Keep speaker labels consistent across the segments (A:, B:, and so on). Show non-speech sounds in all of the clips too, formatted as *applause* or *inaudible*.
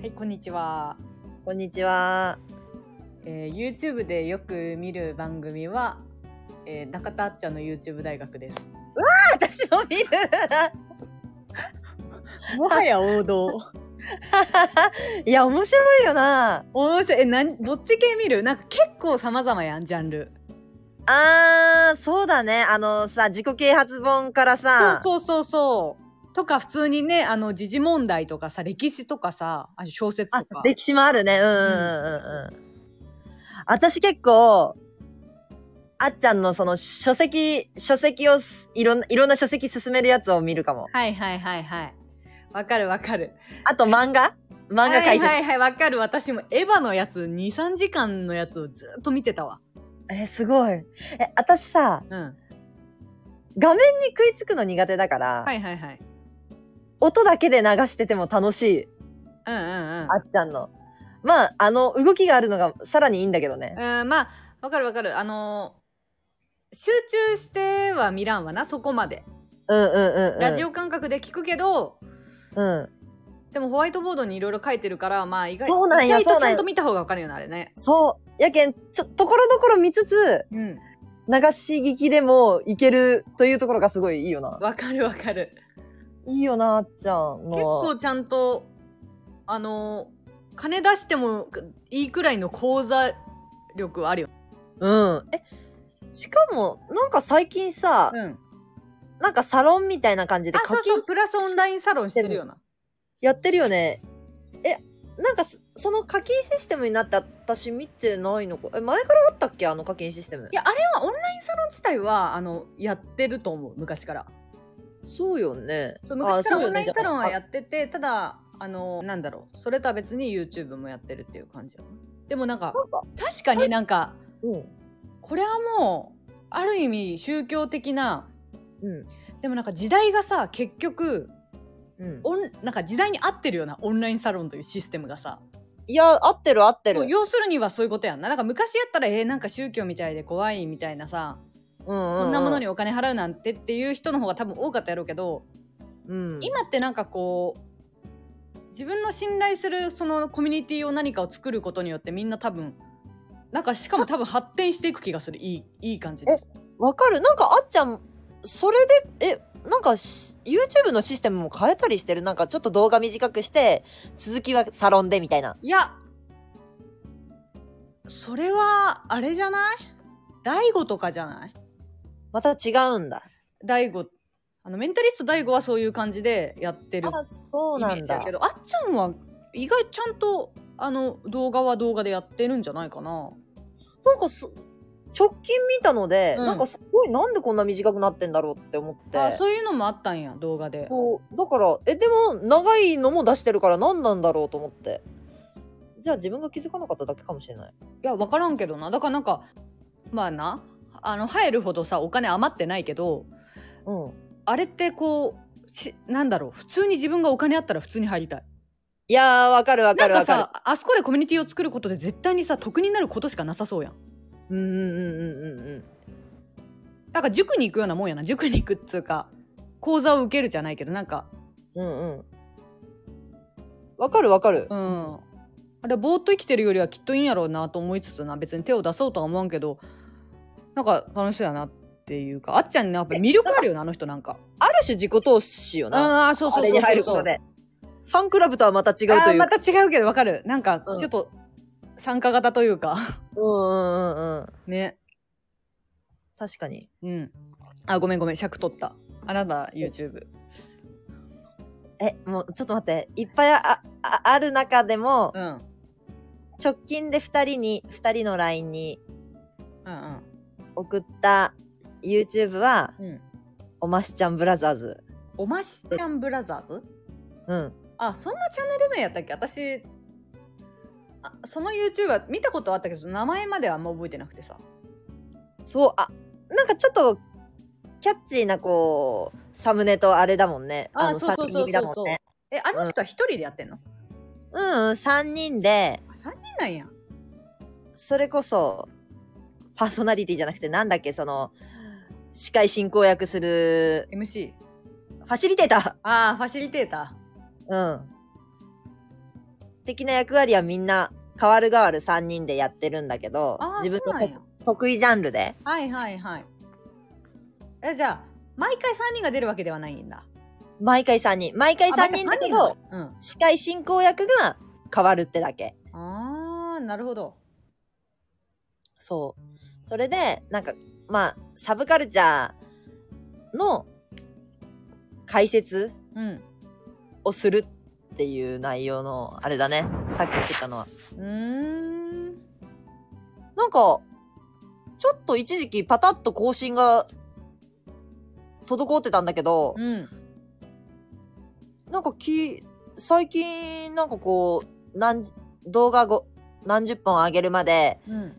A: はい、こんにちは。
B: こんにちは。
A: えー YouTube でよく見る番組は、えー中田あっちゃんの YouTube 大学です。
B: 私も見る。 *laughs*
A: もはや王道。
B: いや、面白いよな。
A: 面白い。え、なん、どっち系見るなんか結構様々やん、ジャンル。
B: あー、そうだね。あのさ、自己啓発本からさ、
A: そうそうそうそう。とか、普通にね、あの、時事問題とかさ、歴史とかさ、あ小説
B: あ
A: とか。
B: 歴史もあるね。うんうんうんうん。私結構、あっちゃんのその書籍、書籍をすいろん、いろんな書籍進めるやつを見るかも。
A: はいはいはいはい。わかるわかる。
B: あと漫画漫画解説。
A: はいはいはい、わかる。私もエヴァのやつ、2、3時間のやつをずっと見てたわ。
B: え、すごい。え、私さ、
A: うん。
B: 画面に食いつくの苦手だから、
A: はいはいはい。
B: 音だけで流してても楽しい。
A: うんうんうん。
B: あっちゃんの。まあ、あの、動きがあるのがさらにいいんだけどね。
A: うん、まあ、わかるわかる。あのー集中しては見らんわな、そこまで。
B: うんうんうん、うん。
A: ラジオ感覚で聞くけど、
B: うん。
A: でもホワイトボードにいろいろ書いてるから、まあ意外
B: そうなんや
A: 意外
B: そ
A: と
B: う
A: ち
B: なん
A: ゃ
B: や
A: んと見た方がわかるよね、あれね。
B: そう。やけん、ちょ、ところどころ見つつ、
A: うん。
B: 流し聞きでもいけるというところがすごいいいよな。
A: わかるわかる。
B: いいよな、あっちゃんの。
A: 結構ちゃんと、あのー金出してもいいくらいの講座力はあるよ。
B: うん。え、しかも、なんか最近さ、
A: うん。
B: なんかサロンみたいな感じで
A: あ、
B: 課
A: そう
B: 金
A: そう、プラスオンラインサロンしてるよな。
B: やってるよね。え、なんかそその課金システムになって私見てないのか。え、前からあったっけあの課金システム。
A: いや、あれはオンラインサロン自体は、あの、やってると思う、昔から。
B: そうよね。
A: そう昔からオ
B: あそうよ
A: ンラ
B: ね
A: インサロンはやっててただあのなんだろうそれとは別に YouTube もやってるっていう感じよでもなんか
B: なんか、
A: 確かになんか
B: うん。
A: これはもうある意味宗教的な
B: うん。
A: でもなんか時代がさ結局
B: うん、
A: オンなんか時代に合ってるようなオンラインサロンというシステムがさ
B: いや、合ってる合ってる。
A: もう要するにはそういうことやんななんか昔やったらえー、なんか宗教みたいで怖いみたいなさそ
B: そ
A: んなものに、お金払うなんてっていう人の方が多分多かったやろうけど
B: うん、
A: 今ってなんかこう自分の信頼するそのコミュニティを何かを作ることによってみんな多分なんかしかも多分発展していく気がするいいいい感じです
B: わかるなんかあっちゃんそれでえなんかし YouTube のシステムも変えたりしてるなんかちょっと動画短くして続きはサロンでみたいない
A: やそれはあれじゃない大悟とかじゃない
B: また違うんだ
A: 大悟あのメンタリスト大悟はそういう感じでやってる
B: あそう
A: イメ
B: なん
A: ージだ
B: だ
A: けどあっちゃんは意外ちゃんとあの動画は動画でやってるんじゃないかな
B: なんかそ直近見たので、
A: うん
B: なんかすごいなんでこんな短くなってんだろうって思って
A: あそういうのもあったんや動画で
B: こうだからえでも長いのも出してるから何なんだろうと思ってじゃあ自分が気づかなかっただけかもしれない
A: いや分からんけどなだからなんかまあなあの入るほどさお金余ってないけど
B: うん
A: あれってこうしなんだろう普通に自分がお金あったら普通に入りたい
B: いやーわかるわ
A: な
B: か
A: ん
B: る
A: か
B: わかる
A: さあそこでコミュニティを作ることで絶対にさ得になることしかなさそうやん
B: うんうんうんうんうんうん
A: なんか塾に行くようなもんやな塾に行くっつうか講座を受けるじゃないけどなんか
B: うんうん。わかるわかる。
A: うんあれぼーっと生きてるよりはきっといいんやろうなと思いつつな別に手を出そうとは思わんけどなんか楽しそうやなっていうかあっちゃんねやっぱ魅力あるよなあの人なんか
B: ある種自己投資よな。
A: ああーそうそうそうそうそう
B: あれに入ることで。ファンクラブとはまた違うと
A: あ
B: い
A: ー
B: う
A: ま
B: か
A: た違うけどわかるなんか
B: うん
A: ちょっと参加型というか
B: うんうんうんうん。
A: *laughs* ね
B: 確かに。
A: うんあごめんごめん尺取ったあなた YouTube
B: え、もうちょっと待って。いっぱいああある中でも、
A: うんうん
B: 直近で2人に、2人の LINE に
A: うん
B: 送った YouTube は、
A: うん
B: おましちゃんブラザーズ。
A: おましちゃんブラザーズ
B: うん。
A: あそんなチャンネル名やったっけ私あその YouTube は見たことはあったけど名前まではあんま覚えてなくてさ
B: そう、あ、なんかちょっと、キャッチーな、こう、サムネとあれだもんね。
A: あ
B: あの、
A: そう
B: 3
A: そう
B: 人
A: そうそう
B: 組だもんね。
A: えあの人は一人でやってんの、
B: うんうん、3人で、
A: あ三人なんや
B: それこそ、パーソナリティじゃなくて、なんだっけ、その、司会進行役する
A: MC
B: ファシリテータ
A: ああファシリテータ
B: ー。うん。的な役割はみんな、変わる変わる3人でやってるんだけど
A: ーあ、あ
B: 自分
A: そう
B: の
A: なん
B: 得
A: や
B: 得意ジャンルで。
A: はいはいはいえじゃあ毎回3人が出るわけではないんだ
B: 毎回3人。毎回3人だけど、
A: あうん
B: 司会進行役が変わるってだけ。
A: あーなるほど
B: そう。それで、なんか、まあ、サブカルチャーの解説
A: うん
B: をするっていう内容の、あれだね。さっき言ってたのは。
A: うーん
B: なんか、ちょっと一時期パタッと更新が滞ってたんだけど、
A: うん
B: なんかき、最近なんかこう、何じ、動画ご、何十本上げるまで、
A: うん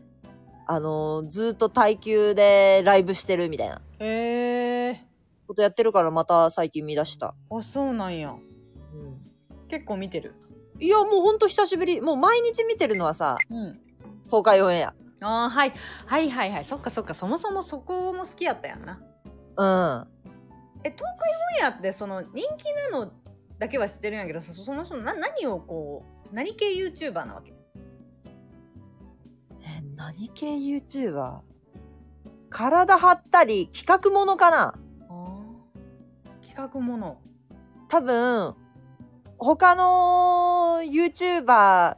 B: あのーずーっと耐久でライブしてるみたいな
A: へえ
B: ことやってるからまた最近見出した。
A: ー、あそうなんや結構見てる
B: いや、もうほんと久しぶり。もう毎日見てるのはさ、
A: うん
B: 東海オンエア。
A: あーはいはいはいはいそっかそっかそもそもそこも好きやったやんな
B: うん。
A: え東海オンエアってその人気なのだけは知ってるんやけどそその人のな何をこう何系 YouTuber なわけ
B: え、何系 YouTuber? 体張ったり、企画ものかな
A: 企画もの
B: 多分、他の YouTuber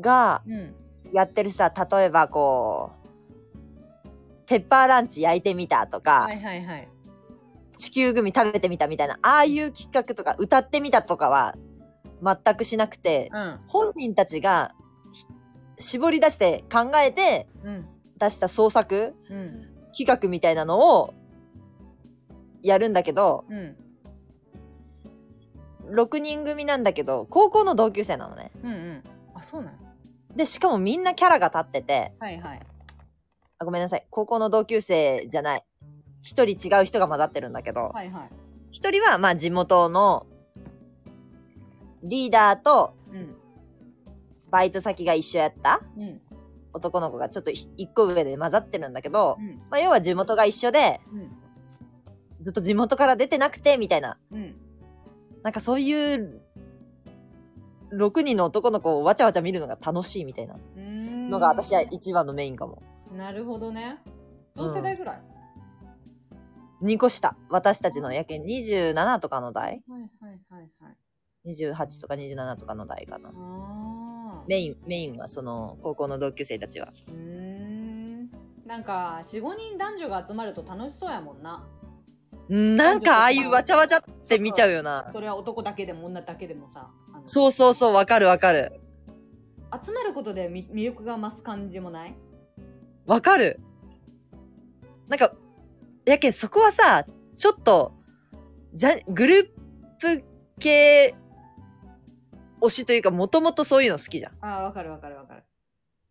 B: が
A: うん
B: やってるさ、例えばこう、ペッパーランチ焼いてみたとか、
A: はいはいはい
B: 地球グミ食べてみたみたいな、ああいう企画とか歌ってみたとかは全くしなくて、
A: うん
B: 本人たちがひ絞り出して考えて
A: うん
B: 出した創作
A: うん
B: 企画みたいなのをやるんだけど、
A: うん
B: 6人組なんだけど、高校の同級生なのね。
A: うんうんあそうなんや
B: で、しかもみんなキャラが立ってて、
A: はいはい
B: あごめんなさい、高校の同級生じゃない。一人違う人が混ざってるんだけど、
A: はいはい
B: 一人はまあ地元のリーダーと
A: うん
B: バイト先が一緒やった
A: うん
B: 男の子がちょっとひ一個上で混ざってるんだけど
A: う、ん
B: まあ、要は地元が一緒で
A: うん
B: ずっと地元から出てなくてみたいな
A: うん
B: なんかそういう6人の男の子をわちゃわちゃ見るのが楽しいみたいな
A: うーん
B: のが私は一番のメインかも
A: なるほどね同世代ぐらい、
B: 2個下私たちのやけん27とかの代
A: はいはいはいはい
B: 28とか27とかの代かな
A: あー
B: メインメインはその高校の同級生たちは
A: うーんなんか45人男女が集まると楽しそうやもんな
B: なんかああいうわちゃわちゃって見ちゃうよな
A: それは男だけでも女だけでもさあの
B: そうそうそうわかるわかる
A: 集まることでみ魅力が増す感じもない
B: わかる。なんか、やけんそこはさ、ちょっと、じゃ、グループ系推しというか、もともとそういうの好きじゃん。
A: あーわかるわかるわかる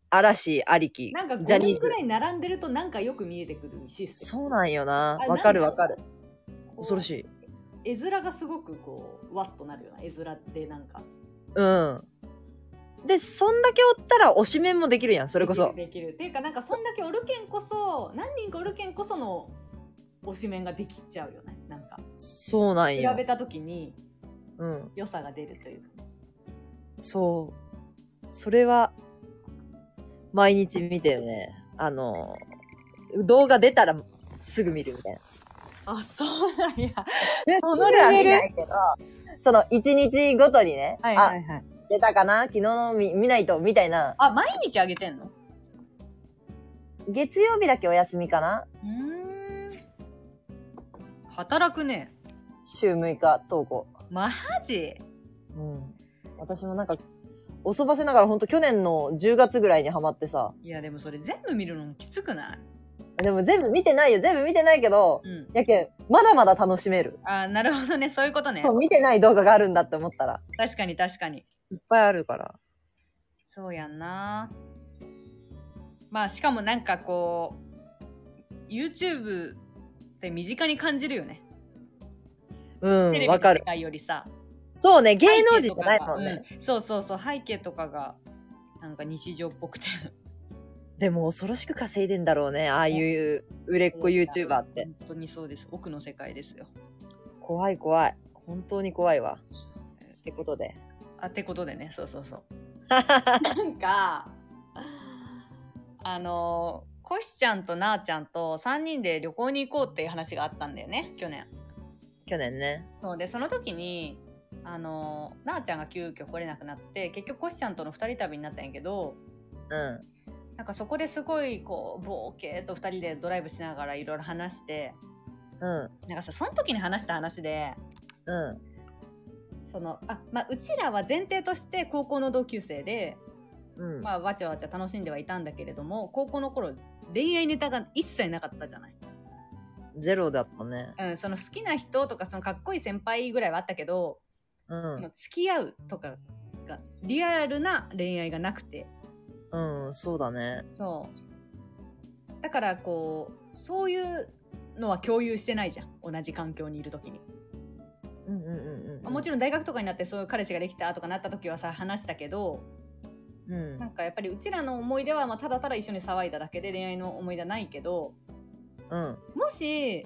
B: 嵐ありき
A: なんか、
B: ジャ
A: 5
B: ニ
A: 人
B: ーズ
A: ぐ。らい並んでるとなんかよく見えてくるシステム
B: そうなんよな
A: あ。れ
B: わかる
A: なん
B: わ
A: か
B: かる。
A: こう
B: 恐ろしい。
A: 絵面がすごくこうわっとなるような絵面でなんか
B: うん。で、そんだけおったら推しメンもできるやん、そ
A: そ
B: れこそ。
A: できるできるっていうかなんかそんだけおるけんこそ何人かおるけんこその推しメンができちゃうよねなんか
B: そうなん
A: 比
B: よ。
A: べた時に
B: うん。
A: 良さが出るというか
B: そう。それは、毎日見てるね。あの、動画出たらすぐ見るみたいな。
A: あそうなんや
B: そ
A: そ
B: の
A: のレベ
B: レベル
A: ル
B: は見ないけど、その一日ごとにね、
A: はいはい
B: あ、
A: はい
B: 出たかな昨日の見見ないと、みたいな。
A: あ毎日あげてんの
B: 月曜日だけお休みかな
A: うーん働くね
B: 週6日投稿。
A: マジ
B: うん。私もなんか、遅ばせながらほんと去年の10月ぐらいにハマってさ、
A: いやでもそれ全部見るのもきつくない
B: でも全部見てないよ、全部見てないけど、
A: うん
B: やけん、まだまだ楽しめる。
A: あなるほどねそういうことね
B: そう見てない動画があるんだって思ったら。
A: 確かに確かに
B: いっぱいあるから。
A: そうやんなまあしかもなんかこう YouTube って身近に感じるよね、テ
B: う
A: レ
B: ん、
A: ビの
B: わか
A: 世
B: る。
A: 界よりさ
B: そうね、芸能人じゃないもん
A: 背景と
B: ね。
A: かがうんそうそうそう背景とかがなんか日常っぽくて
B: でも恐ろしく稼いでんだろうね、ああいう売れっ子 YouTuber って。
A: 本当にそうです奥の世界ですよ
B: 怖い怖い。本当に怖いわ。ってことで。
A: あってことでねそうそう
B: *laughs*
A: そう
B: は
A: なんかあのコシちゃんとなあちゃんと3人で旅行に行こうっていう話があったんだよね去年
B: 去年ね。
A: そうでその時にあのなあちゃんが急遽来れなくなって結局コシちゃんとの2人旅になったんやけど
B: うん。
A: なんかそこですごいこうボーケーっと2人でドライブしながらいろいろ話して
B: うん。
A: なんかさその時に話した話で
B: うん。
A: そのあ、まあ、うちらは前提として高校の同級生で
B: うん。
A: まあ、わちゃわちゃ楽しんではいたんだけれども高校の頃恋愛ネタが一切なかったじゃない、
B: ゼロだったね。
A: うん、その好きな人とかそのかっこいい先輩ぐらいはあったけど、
B: うん
A: そ。の付き合うとかがリアルな恋愛がなくて
B: うん、そうだね。
A: そうだからこうそういうのは共有してないじゃん同じ環境にいる時に、
B: うんうんうんうん。
A: もちろん大学とかになってそういう彼氏ができたとかなった時はさ話したけど
B: ろん。
A: なんかやっぱりうちらの思い出はまあただただ一緒に騒いだだけで恋愛の思い出はないけど
B: うん。
A: もし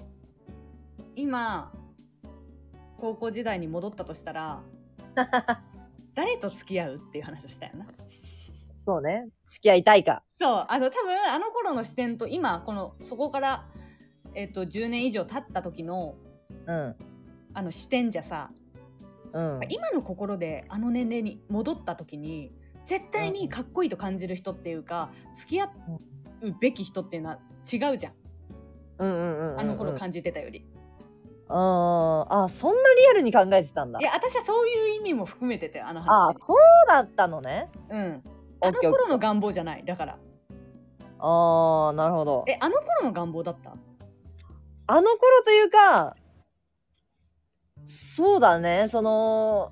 A: 今高校時代に戻ったとした
B: *laughs*
A: ら誰と付き合うっていう話をしたよな
B: そうね。付き合いたいか。
A: そうあの多分あの頃の視点と今このそこから、えっと10年以上経った時の
B: うん。
A: あの視点じゃさ
B: うん。
A: 今の心であの年齢に戻った時に絶対にかっこいいと感じる人っていうか付き合うべき人っていうのは違うじゃん
B: うんうんうんうん。
A: あの頃感じてたより。
B: あーあ、そんなリアルに考えてたんだ
A: い。や私はそういう意味も含めててあの話。
B: あーそうだったのね。
A: うん
B: オ
A: あの
B: ッケーオッケ
A: 頃の願望じゃないだから
B: ーああ、なるほど。
A: えあの頃の願望だった
B: あの頃というか、そうだね。その、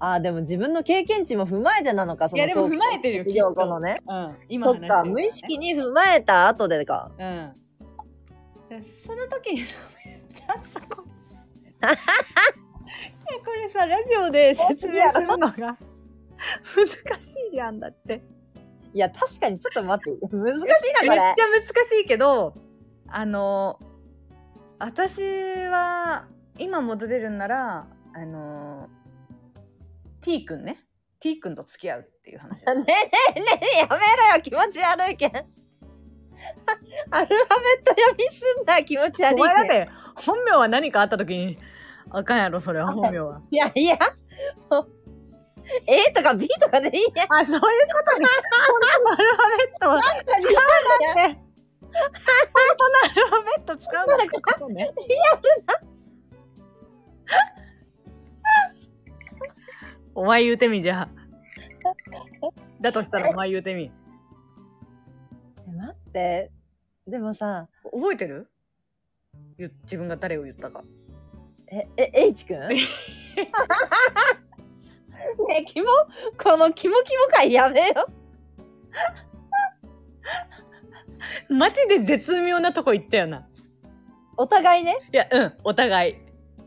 B: あーでも自分の経験値も踏まえてなのか、そ
A: い
B: の
A: やでも踏まえてるよき
B: 東
A: っと
B: 京このね。
A: うん今
B: そ
A: 話し
B: って
A: る
B: か、
A: ら
B: 無意識に踏まえた後でか。
A: うんでその時にめっちゃさ
B: *laughs*
A: こいやこれさラジオで説明するのが難しいじゃんだって
B: いや、確かにちょっと待って。難しい
A: めっ
B: な、こ
A: ちゃ
B: れ
A: 難。しいけどあの私は今戻れるんならあの T 君ね T 君と付き合うっていう話
B: ねえねえねえやめろよ気持ち悪いけん *laughs* アルファベット読みすんな気持ち悪いけん
A: お前だって本名は何かあった時にあかんやろそれは本名は。
B: いやいやもう A とか B とかでいいや
A: あそういうことね。こんなのアルファベッ
B: 違う
A: トって。こんなアルファベット使うなってことね。リアルな。お前言うてみじゃあ。だとしたらお前言うてみ。
B: 待ってでもさ
A: 覚えてるゆ自分が誰を言ったか。
B: ええ H 君 *laughs* ねえキモこのキモキモ回やめよ
A: マジで絶妙なとこ行ったよな。
B: お互いね
A: いやうんお互いい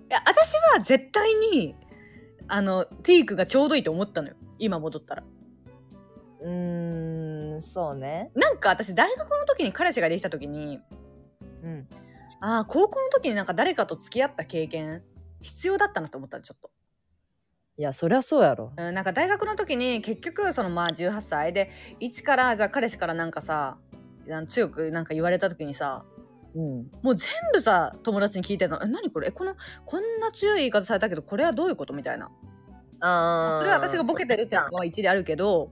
A: や私は絶対にあのティークがちょうどいいと思ったのよ今戻ったら
B: うーんそうね
A: なんか私大学の時に彼氏ができた時に
B: うん
A: ああ高校の時になんか誰かと付き合った経験必要だったなと思ったのちょっと、
B: いやそりゃそうやろ
A: うん、なんか大学の時に結局そのまあ18歳で一からじゃあ彼氏からなんかさあの強くなんか言われた時にさ
B: うん
A: もう全部さ友達に聞いてたの「え何これえこのこんな強い言い方されたけどこれはどういうこと?」みたいな
B: あー
A: それは私がボケてるっていうのは一理あるけど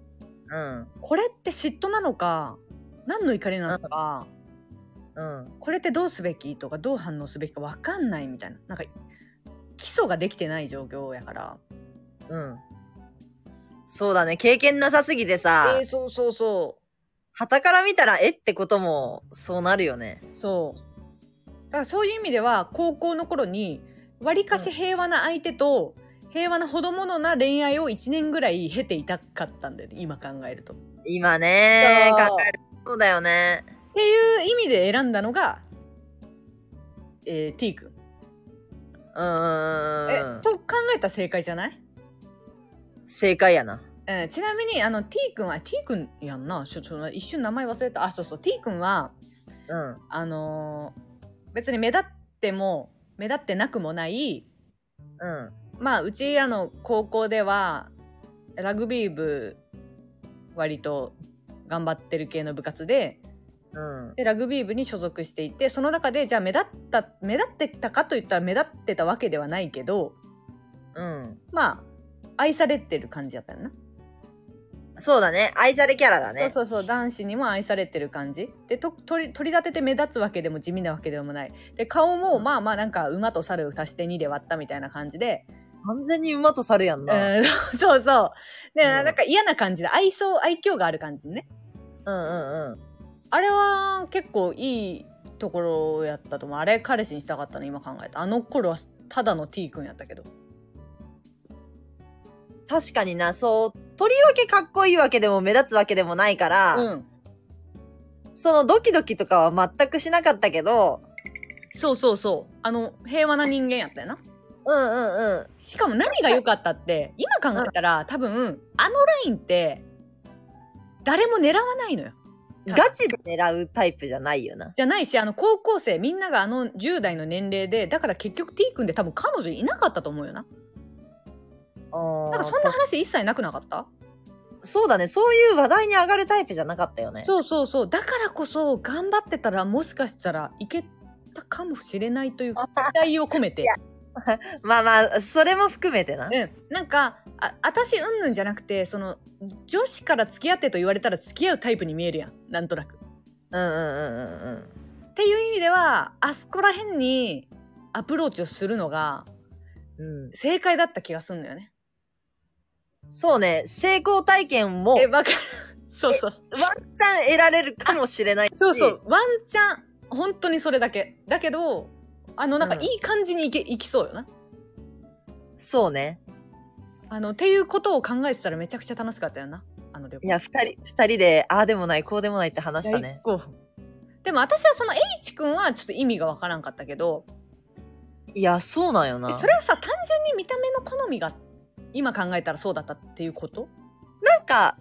B: うん
A: これって嫉妬なのか何の怒りなのか、
B: うん
A: これってどうすべきとかどう反応すべきか分かんないみたいななんか基礎ができてない状況やから
B: うん。そうだね。経験なさすぎてさ、
A: えーそうそうそ
B: 旗から見たら、えってことも、そうなるよね。
A: うそうだからそういう意味では高校の頃にわりかし平和な相手と平和なほどものな恋愛を1年ぐらい経ていたかったんだよね今考えると。っ
B: 今ね、
A: そう
B: 考えるとそうだよね。
A: ていう意味で選んだのが、えー、T 君。
B: うんうんうんうんう
A: え
B: ん。
A: と考えたら正解じゃない
B: 正解やな。
A: えーちなみにあの T 君は T 君やんなちょちょ一瞬名前忘れたあそうそう T 君は
B: うん。
A: あのー別に目立っても目立ってなくもない
B: うん。
A: まあうちらの高校ではラグビー部割と頑張ってる系の部活で
B: うん。
A: でラグビー部に所属していてその中でじゃあ目立った目立ってたかといったら目立ってたわけではないけど
B: うん。
A: まあ愛されてる感じだったよな、
B: そうだね。愛されキャラだね。
A: そうそうそう男子にも愛されてる感じでと取り取り立てて目立つわけでも地味なわけでもないで顔もまあまあなんか馬と猿を足して2で割ったみたいな感じで
B: 完全に馬と猿やんな。うん
A: うん *laughs* そうそう。で、
B: うん
A: なんか嫌な感じで、愛想、愛嬌がある感じね。
B: うんうん。
A: あれは結構いいところやったと思う。あれ彼氏にしたかったの、今考えた。あの頃はただの T 君やったけど。
B: 確かにな、そう、とりわけかっこいいわけでも目立つわけでもないから、
A: うん。
B: そのドキドキとかは全くしなかったけど、
A: そうそうそう。あの、平和な人間やったよな。
B: うんうんうん。
A: しかも何が良かったって、今考えたら、多分、あのラインって、誰も狙わないのよ。
B: ガチで狙うタイプじゃないよな。
A: じゃないし、あの、高校生、みんながあの10代の年齢で、だから結局 T 君で多分彼女いなかったと思うよな。なん
B: な
A: かそんな話一切なくなかった
B: そうだね。そういう話題に上がるタイプじゃなかったよね。
A: そうそうそうだからこそ頑張ってたらもしかしたらいけたかもしれないという期待を込めて
B: いや、まあまあ、それも含めてな。
A: うん、なんかあ私うんぬんじゃなくてその女子から付き合ってと言われたら付き合うタイプに見えるやんなんとなく。
B: うんうんうんうんうん。
A: っていう意味ではあそこら辺にアプローチをするのが
B: う
A: 正解だった気がすんのよね。
B: ん、そうね、成功体験も
A: えわかるそうそう
B: ワンチャン得られるかもしれないし、
A: そうそうワンチャン本当にそれだけだけどあのなんか
B: うん
A: いい感じにいけ、いきそうよな。
B: そうね。
A: あのっていうことを考えてたらめちゃくちゃ楽しかったよなあの旅行
B: いや、二人、二人で、ああでもない、こうでもないって話したね。
A: 大興奮でも私はその H 君はちょっと意味がわからんかったけど
B: いや、そうなんよな。
A: それはさ単純に見た目の好みが今考えたらそうだったっていうこと、
B: なんか、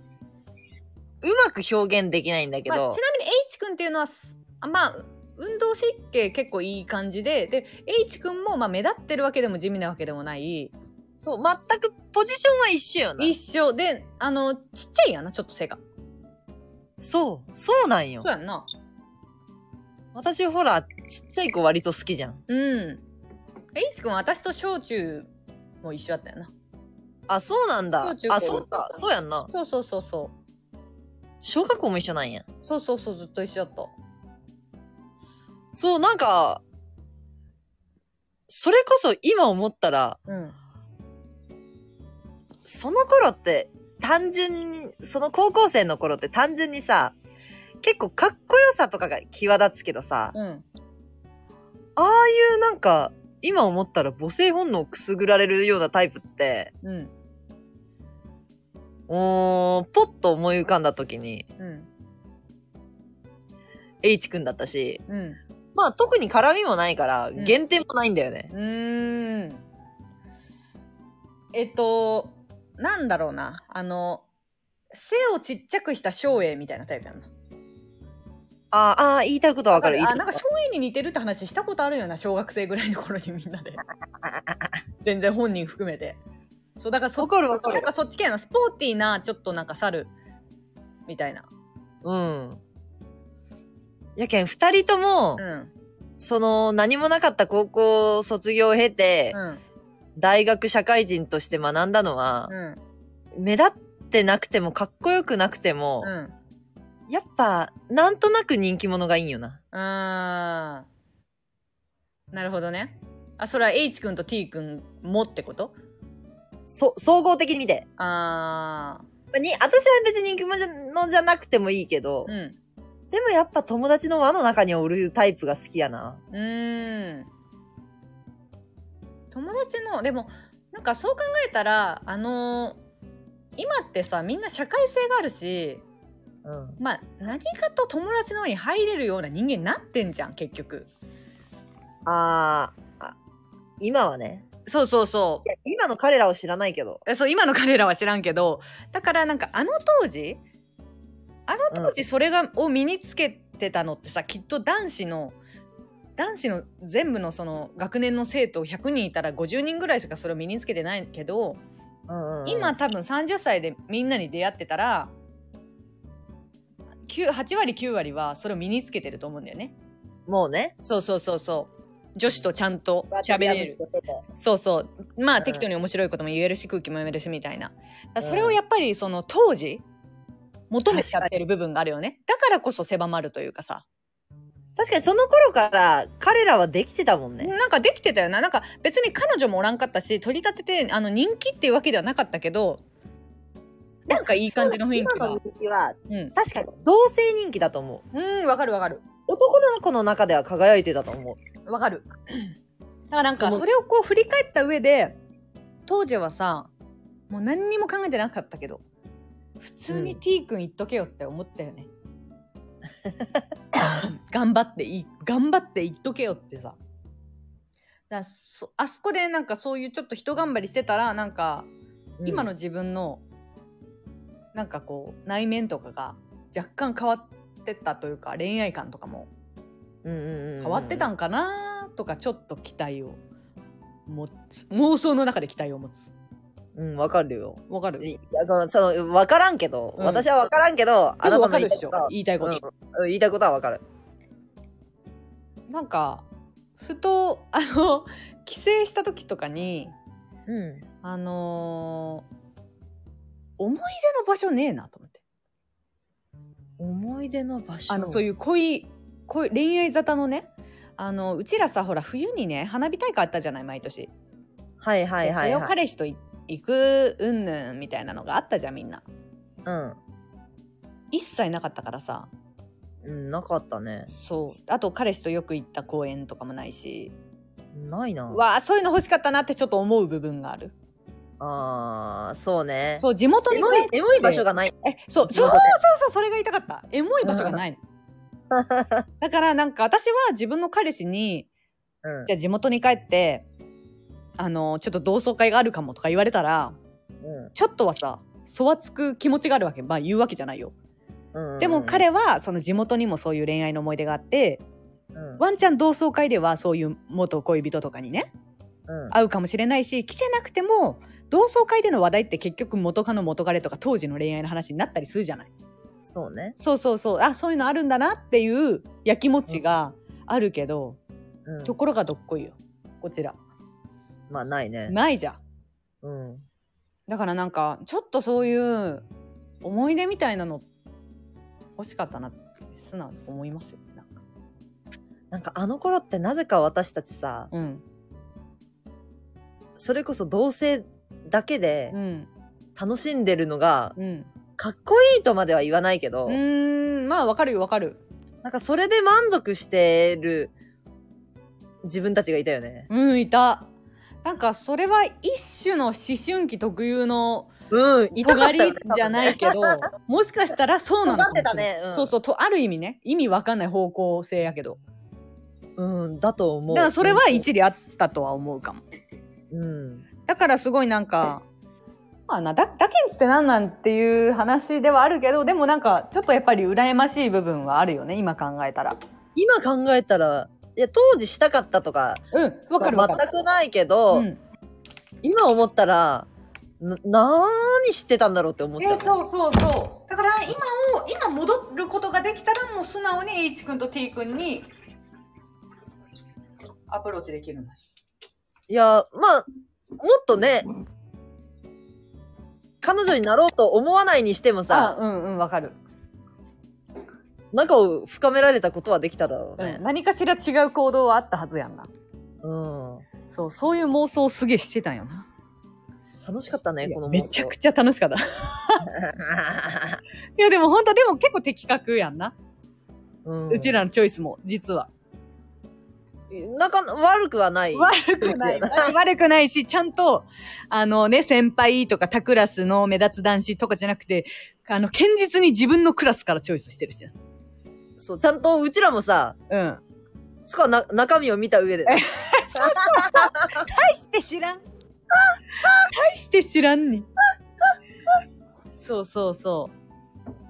B: うまく表現できないんだけ
A: まあ、ちな
B: ど、
A: みに H 君っていうのはすあまあ運動神経結構いい感じでで H 君もまあ目立ってるわけでも地味なわけでもない
B: そう、全くポジションは一緒よな。
A: 一緒であのちっちゃいやなちょっと背が
B: そう、そうなんよ
A: そう。やんな
B: 私ほら、ちっちゃい子割と好きじゃん。
A: うん H 君は私と小中も一緒だったよな
B: あ、そうなんだ
A: 小中。高
B: あ、そうか。そうやんな。
A: そうそうそうそう
B: 小学校も一緒なんや。
A: そうそうそうずっと一緒だった
B: そう、なんか、それこそ今思ったら、
A: うん
B: その頃って単純に、その高校生の頃って単純にさ、結構かっこよさとかが際立つけどさ、
A: うん
B: ああいうなんか、今思ったら母性本能をくすぐられるようなタイプって、
A: うん
B: うーん、ポッと思い浮かんだ時に、
A: うん
B: H 君だったし、
A: うん
B: まあ特に絡みもないから、
A: ん
B: 減点もないんだよね。
A: うーんえっとなんだろうなあの背をちっちゃくした照英みたいなタイプやんな
B: あーあー、言いたいことはわかる。言い
A: あ
B: たい
A: なんか
B: こと
A: 照英に似てるって話したことあるよな小学生ぐらいの頃にみん
B: *laughs*
A: なで全然本人含めてそうだからそ
B: わかるわかる
A: なんかそっち系やなスポーティーなちょっとなんか猿みたいな
B: うん。やけん、二人とも、
A: うん
B: その、何もなかった高校卒業を経て、
A: うん
B: 大学社会人として学んだのは、
A: うん
B: 目立ってなくても、かっこよくなくても、
A: うん
B: やっぱ、なんとなく人気者がいいんよな。
A: あーなるほどねあそれは H 君と T 君もってこと
B: そ、総合的に見て。
A: あ
B: に、私は別に人気者じゃなくてもいいけど
A: ー、うん
B: でもやっぱ友達の輪の中におるタイプが好きやな。
A: うーん友達のでもなんかそう考えたらあのー今ってさみんな社会性があるし
B: うん。
A: まあ何かと友達の方に入れるような人間になってんじゃん結局
B: あーあ、今はね。
A: そうそうそう
B: いや今の彼らを知らないけど。
A: えそう今の彼らは知らんけどだからなんかあの当時あの当時それが、を身につけてたのってさきっと男子の男子の全部のその学年の生徒100人いたら50人ぐらいしかそれを身につけてないけど、
B: うんうん
A: 今多分30歳でみんなに出会ってたら9 8割9割はそれを身につけてると思うんだよね。
B: もうね
A: そうそうそうそう女子とちゃんと喋れる
B: やってて
A: そうそうまあ、
B: うん
A: 適当に面白いことも言えるし空気も読めるしみたいなだから
B: うん
A: それをやっぱりその当時求めちゃってる部分があるよねだからこそ狭まるというかさ、
B: 確かにその頃から彼らはできてたもんね。
A: なんかできてたよななんか別に彼女もおらんかったし取り立ててあの人気っていうわけではなかったけどなんかいい感じの雰囲気
B: 今
A: が
B: の人気は
A: うん
B: 確かに同性人気だと思う。
A: うんわかるわかる
B: 男の子の中では輝いてたと思う。
A: わ
B: *laughs*
A: かる。だからなんか
B: でも
A: それをこう振り返った上で当時はさもう何にも考えてなかったけど普通に
B: うん
A: T 君言っとけよって思ったよね。 *laughs* 頑張ってい頑張って言っとけよってさ。だからそあそこでなんかそういうちょっと人頑張りしてたらなんか
B: うん
A: 今の自分の、なんかこう内面とかが若干変わってったというか恋愛観とかも
B: 変
A: 変わってたんかなとかちょっと期待を持つ妄想の中で期待を持つ
B: うん、わかるよ。
A: わかる
B: いや、その、その、わからんけど、
A: うん
B: 私はわからんけど、あ
A: で
B: な
A: も
B: た
A: わかる
B: の言
A: で
B: いたい
A: しょ
B: ことは、
A: 言いたいこと、
B: うんうん言いたいことはわかる。
A: なんかふとあの帰省した時とかに
B: うん。
A: あのー思い出の場所ねえなと思って
B: 思い出の場所。
A: あのそういう恋恋恋愛沙汰のねあのうちらさほら冬にね花火大会あったじゃない毎年、
B: はいはいは
A: で
B: い、
A: それを
B: はい。
A: 彼氏とい行くうんぬんみたいなのがあったじゃんみんな
B: うん。
A: 一切なかったからさ
B: うん、なかったね。
A: そうあと彼氏とよく行った公園とかもないし、
B: ないな。
A: わあそういうの欲しかったなってちょっと思う部分がある
B: あー、そうね。
A: そう地元に
B: エモい
A: 帰っ、
B: エモい場所がない。
A: えそうそうそうそうそれが言いたかったエモい場所がない
B: *laughs*
A: のだからなんか私は自分の彼氏に
B: うん
A: じ。ゃあ地元に帰ってあのちょっと同窓会があるかもとか言われたら
B: う
A: ちょっとはさそわつく気持ちがあるわけまあ言うわけじゃないよ
B: ん。うん
A: でも、彼はその地元にもそういう恋愛の思い出があって
B: うん。
A: ワンちゃん同窓会ではそういう元恋人とかにね
B: うん
A: 会うかもしれないし来てなくても同窓会での話題って結局元カノ元彼とか当時の恋愛の話になったりするじゃない
B: そうね。
A: そうそうそうあそういうのあるんだなっていうやきもちがあるけど、
B: うん
A: と。ころがどっこいよこちら
B: まあ、ないね。
A: ないじゃん
B: うん。
A: だからなんかちょっとそういう思い出みたいなの欲しかったなって素直に思いますよなんか
B: なんかあの頃ってなぜか私たちさ、
A: うん
B: それこそ同性だけで
A: うん
B: 楽しんでるのが、
A: うん
B: かっこいいとまでは言わないけど、
A: うーんまあわかるよわかる
B: なんかそれで満足してる自分たちがいたよね。
A: うんいたなんかそれは一種の思春期特有の
B: うん、いたか
A: 尖
B: ったよ
A: り
B: ね。
A: じゃないけ *laughs* ど、もしかしたらそうなのかもしれない
B: 尖ってたねうん
A: そうそうとある意味ね意味わかんない方向性やけど
B: うん、だと思
A: だ
B: う。
A: からそれは一理あったとは思うかも
B: うん。
A: だからすごいなんかまあなだだけんつってなんなんっていう話ではあるけどでもなんかちょっとやっぱり羨ましい部分はあるよね今考えたら
B: 今考えたら、いや、当時したかったとか、
A: うんわかるわかる
B: 全くないけど、
A: うん
B: 今思ったら、な、何してたんだろうって思っちゃ
A: え
B: う。
A: そうそうそうだから今を今戻ることができたらもう素直に H 君と T 君にアプローチできるの
B: いや、まあ、もっとね、彼女になろうと思わないにしても
A: あ
B: さ、
A: うんうんわかる、
B: 仲を深められたことはできただろうね
A: うん。何かしら違う行動はあったはずやんな
B: うん。
A: そうそういう妄想をすげえしてたんよな
B: 楽しかったね、
A: いや
B: この妄想。
A: めちゃくちゃ楽しかった *laughs* いやでも本当でも結構的確やんな、
B: うん
A: うちらのチョイスも実は、
B: なんか悪くはない。
A: 悪くない悪くないしちゃんとあのね先輩とか他クラスの目立つ男子とかじゃなくてあの堅実に自分のクラスからチョイスしてるしな
B: そう、ちゃんとうちらもさ、
A: うん
B: そこはな中身を見た上で。
A: 大して知らん大して知らんにそうそうそ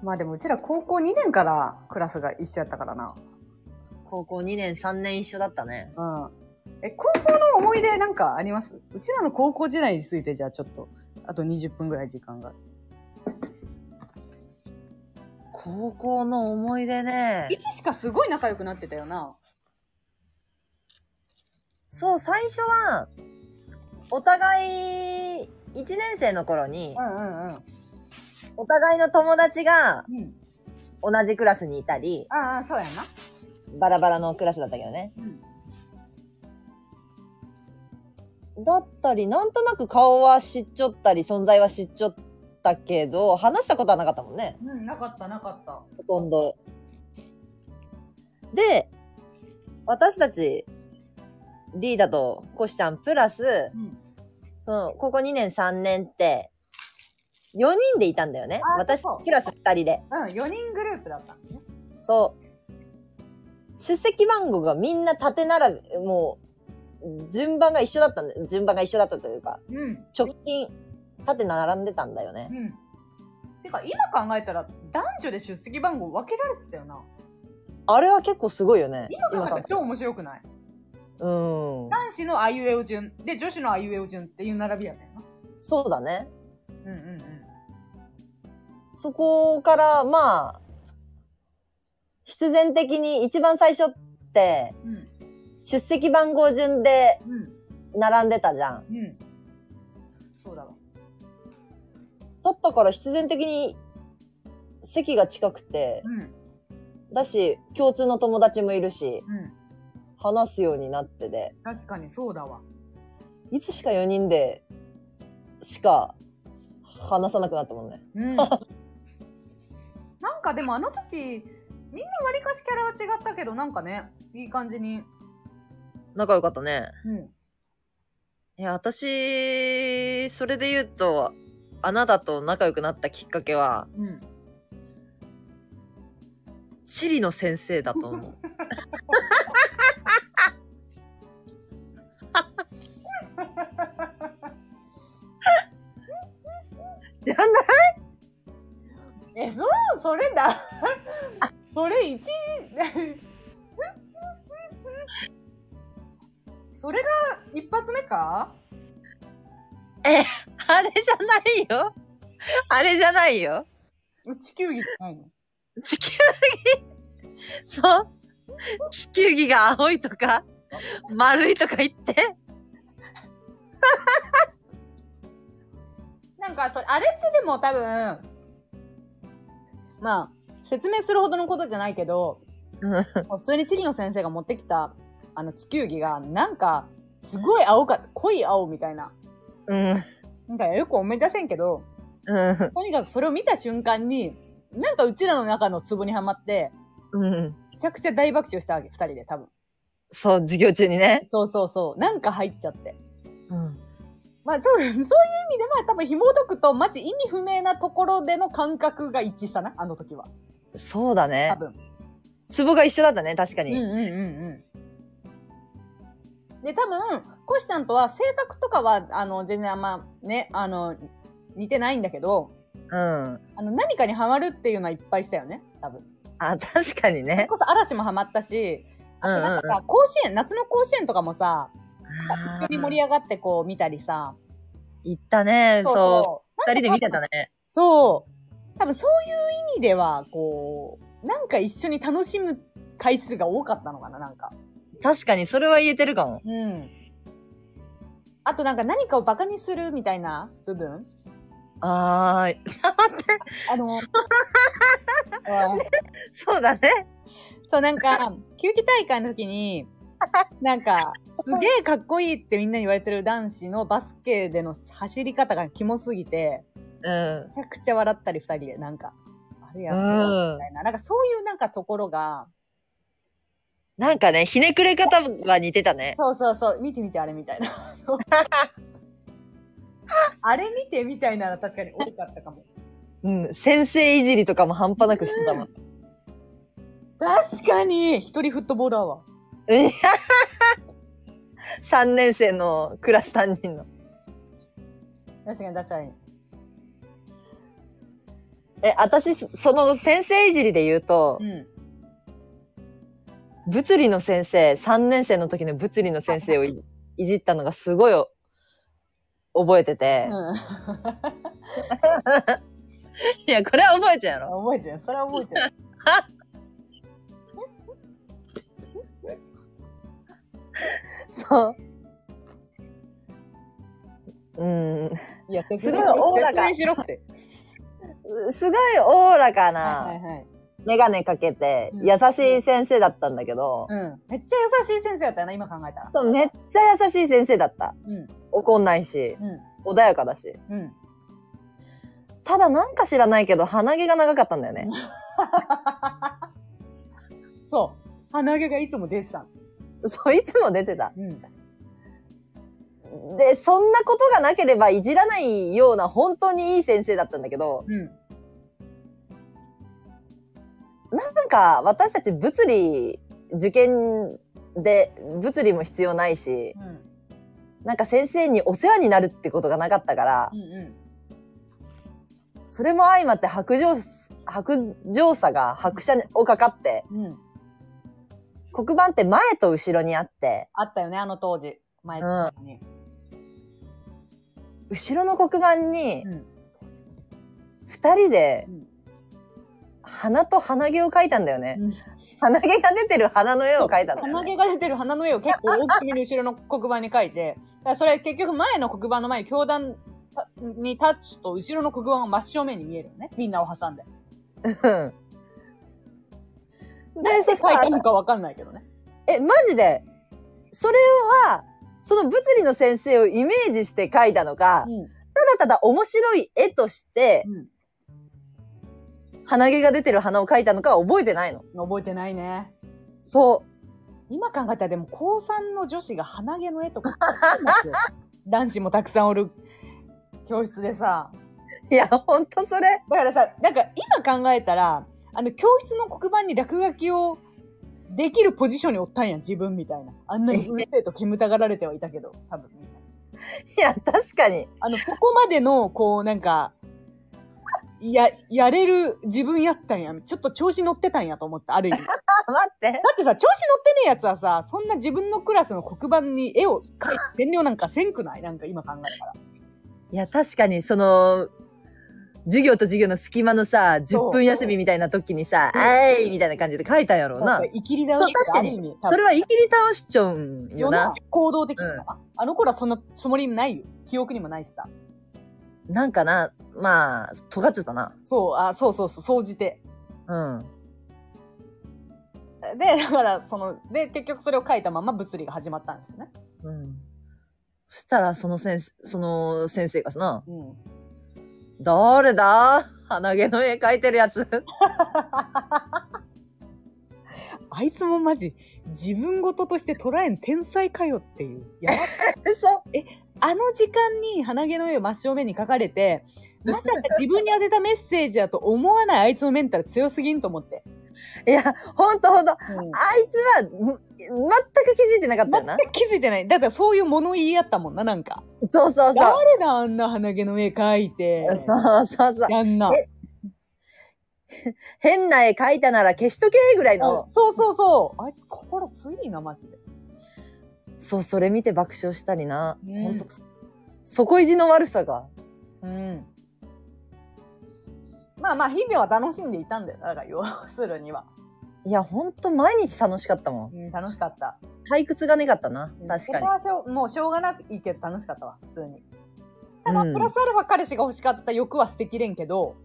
A: うまあでもうちら高校2年からクラスが一緒やったからな
B: 高校2年、3年一緒だったね。
A: うん。え、高校の思い出なんかありますうちらの高校時代についてじゃあちょっと、あと20分ぐらい時間がある。
B: 高校の思い出ね。
A: いつしかすごい仲良くなってたよな。
B: そう、最初は、お互い、1年生の頃に、
A: んうんうん。
B: お互いの友達が
A: うん。
B: 同じクラスにいたり、
A: ああ、そうやんな。
B: バラバラのクラスだったけどね。
A: うん
B: だったり、なんとなく顔は知っちょったり、存在は知っちょったけど、話したことはなかったもんね。
A: うん、なかったなかった。
B: ほとんど。で、私たち、リーダとコシちゃんプラス、
A: うん
B: その、ここ2年3年って、4人でいたんだよね
A: あ。ー
B: 私
A: そう、
B: クラス2人で。
A: うん、4人グループだったんだね。
B: そう。出席番号がみんな縦並び、もう、順番が一緒だったんだ順番が一緒だったというか、
A: うん。
B: 直近、縦並んでたんだよね。
A: うん。てか、今考えたら、男女で出席番号分けられてたよな。
B: あれは結構すごいよね。
A: 今考えたら
B: 考えた
A: 超面白くない
B: らうん。
A: 男子のあいうえお順、で、女子のあいうえお順っていう並びやったよな。
B: そうだね。
A: うんうんうん。
B: そこから、まあ、必然的に一番最初って、
A: うん
B: 出席番号順で
A: うん
B: 並んでたじゃん。
A: うん。そうだわ。
B: だったから必然的に席が近くて、
A: うんうん。
B: だし、共通の友達もいるし、話すようになってで、
A: 確かにそうだわ。
B: いつしか4人でしか話さなくなったもんね。
A: *laughs* うん。なんかでもあの時、みんなわりかしキャラは違ったけど、なんかね、いい感じに。
B: 仲良かったね。
A: うん。
B: いや、私、それで言うと、あなたと仲良くなったきっかけは、
A: うん。
B: 地理の先生だと思う。じゃない
A: え、そう、それだ。 *laughs* それ一時、 *laughs* それが一発目か
B: あれじゃないよ。あれじゃないよ。
A: 地球儀じゃないの
B: 地球儀。 *laughs* そう。地球儀が青いとか、丸いとか言って。
A: なんかそれあれってでも多分まあ説明するほどのことじゃないけど
B: うん
A: 普通に地理の先生が持ってきたあの地球儀がなんかすごい青かった濃い青みたいな。
B: うん。
A: なんかよく思い出せんけど
B: うん。
A: とにかくそれを見た瞬間になんかうちらの中のツボにはまって
B: うん。
A: めちゃくちゃ大爆笑したわけ2人で多分
B: そう、授業中にね。
A: そうそうそうなんか入っちゃって
B: うん。
A: まあそうそういう意 *laughs* 味では多分紐解くとマジ意味不明なところでの感覚が一致したなあの時は
B: そうだね
A: 多。分
B: ツボが一緒だったね、確かに。
A: うんうんうんうん。で、多分、コシちゃんとは性格とかは、あの、全然あんまね、あの、似てないんだけど、
B: うん。
A: あの、何かにハマるっていうのはいっぱいしたよね、多分。
B: あ、確かに
A: それ
B: ね。
A: こそ嵐もハマったし、
B: うんうん
A: なん
B: う
A: かさ、甲子園、夏の甲子園とかもさ、
B: ん。
A: 一緒に盛り上がってこう見たりさ、
B: 行ったね。そうう。二人で見てたね。
A: そう。多分そういう意味では、こう、なんか一緒に楽しむ回数が多かったのかな、なんか。
B: 確かに、それは言えてるかも。
A: うん。あとなんか何かをバカにするみたいな部分
B: あー、
A: あの、おい
B: そうだね。
A: そうなんか、球技大会の時に、なんか、すげえかっこいいってみんなに言われてる男子のバスケでの走り方がキモすぎて、
B: うん
A: め。ちゃくちゃ笑ったり二人で、なんか、あれや
B: うん
A: ろみたいな、なんかそういうなんかところが、
B: なんかね、ひねくれ方は似てたね。
A: そうそうそう、見て見てあれみたいな。あれ見てみたいなら確かに多かったかも。
B: うん。先生いじりとかも半端なくしてたもん。
A: 確かに一人フットボールアワー。
B: うん。3年生のクラス担任の。
A: 確かに確かに。
B: え、私、その先生いじりで言うと
A: う、ん。
B: 物理の先生、3年生の時の物理の先生をいじいじったのがすごいお覚えてて。
A: うん。
B: いや、これは覚えちゃうやろ。
A: 覚えてる。それは覚えてる。
B: そう。うん、
A: *laughs* いや、
B: すごいおおら
A: 説
B: か
A: 明しろって。
B: すごいおおら
A: は
B: か
A: いはい
B: な
A: はい。
B: メガネかけて
A: うん
B: 優しい先生だったんだけど、
A: うん。めっちゃ優しい先生だったよな、今考えたら。
B: そうめっちゃ優しい先生だった。
A: うん。
B: 怒んないし、穏やかだし。
A: うん。うん。
B: ただなんか知らないけど鼻毛が長かったんだよね。 *laughs*
A: そう。鼻毛がいつも出てた。
B: そういつも出てた。
A: うん。
B: で、そんなことがなければいじらないような本当にいい先生だったんだけど、
A: うん。
B: なんか私たち物理受験で物理も必要ないし、
A: うん。
B: なんか先生にお世話になるってことがなかったから
A: う、ん。うん。
B: それも相まって白状、白状さが白車をかかって、
A: うん、
B: 黒板って前と後ろにあって、
A: あったよね、あの当時。前
B: うん
A: に。
B: 後ろの黒板に
A: うん。
B: 二人で
A: うん
B: 鼻と鼻毛を描いたんだよね。
A: うん
B: 鼻毛が出てる鼻の絵を描いたんだよ
A: 鼻
B: ね。
A: 毛が出てる鼻の絵を結構大きめに後ろの黒板に書いて、だからそれ結局前の黒板の前に教団に立つと後ろの黒板が真正面に見えるよね。みんなを挟んで。
B: うんで、そ
A: で、
B: し
A: 書
B: た
A: い
B: ら
A: た、のかわかんないけどね。
B: え、マジで、それは、その物理の先生をイメージして描いたのか、
A: うん。
B: ただただ面白い絵として、
A: う
B: 鼻毛が出てる鼻を描いたのかは覚えてないの。
A: ん。覚えてないね。
B: そ
A: 今考えたらでも高3の女子が鼻毛の絵とか描くんですよ男子もたくさんおる教室でさ
B: う。いや、ほんとそれ。
A: だからさなんか今考えたらあの教室の黒板に落書きをできるポジションにおったんや自分みたいなあんなにうるせえと煙たがられてはいた
B: *laughs*
A: けど多分みんない
B: や、確かに。
A: あのここまでのこうなんかややれる自分やったんやちょっと調子乗ってたんやと思ったあ
B: *laughs*
A: る意味
B: あ、待って。
A: だってさ調子乗ってねえやつはさそんな自分のクラスの黒板に絵を描いて全量なんかせんくないなんか今考えたら
B: いや、確かに、その、授業と授業の隙間のさ、
A: そう
B: 10分休みみたいな時にさ、
A: うん
B: あいみたいな感じで書いたんやろうな
A: なんか。いきり倒し
B: そう確かにそれは生きり倒しちゃうんよな。
A: 行動的なのかなあの頃はそんなつもりもないよ記憶にもないしさ
B: なんかな、まあ、尖っちゃったな。
A: そうあそうそうそう総じて
B: うん。
A: でだからそので結局それを書いたまま物理が始まったんですよね
B: うん。そしたら、その先生、その先生がさな、
A: うん
B: 誰だ鼻毛の絵描いてるや *laughs* つ。
A: あいつもマジ自分事として捉えん天才かよっていうやば
B: *laughs*
A: い
B: そ
A: あの時間に鼻毛の絵を真正面に描かれ
B: *laughs*
A: て、まさか自分に当てたメッセージだと思わないあいつのメンタル強すぎんと思って。
B: う。いや、ほんとほんと。あ
A: うん
B: いつは、む全く気づいてなかったよな。
A: 気づいてない。だからそういう物言いあったもんな、なんか。
B: そうそうそう。
A: 誰だ、あんな鼻毛の絵描いて。
B: そうそうそう。
A: やんな。
B: え変な絵描いたなら消しとけぐらい
A: あ
B: の。
A: そうそうそう。あいつ心強いな、マジで。
B: そう、それ見て爆笑したりな。
A: うん
B: ほんと、底意地の悪さが。
A: うん。まあまあ、日々は楽しんでいたんだよ。だから、要するには。
B: いや、ほんと毎日楽しかったもん。
A: うん、楽しかった。
B: 退屈がねかったな
A: う。ん
B: 確か
A: そ
B: に
A: こ。はしょうもうしょうがないけど楽しかったわ、普通に。ただ、
B: うん
A: プラスアルファ彼氏が欲しかった欲は捨てきれんけど、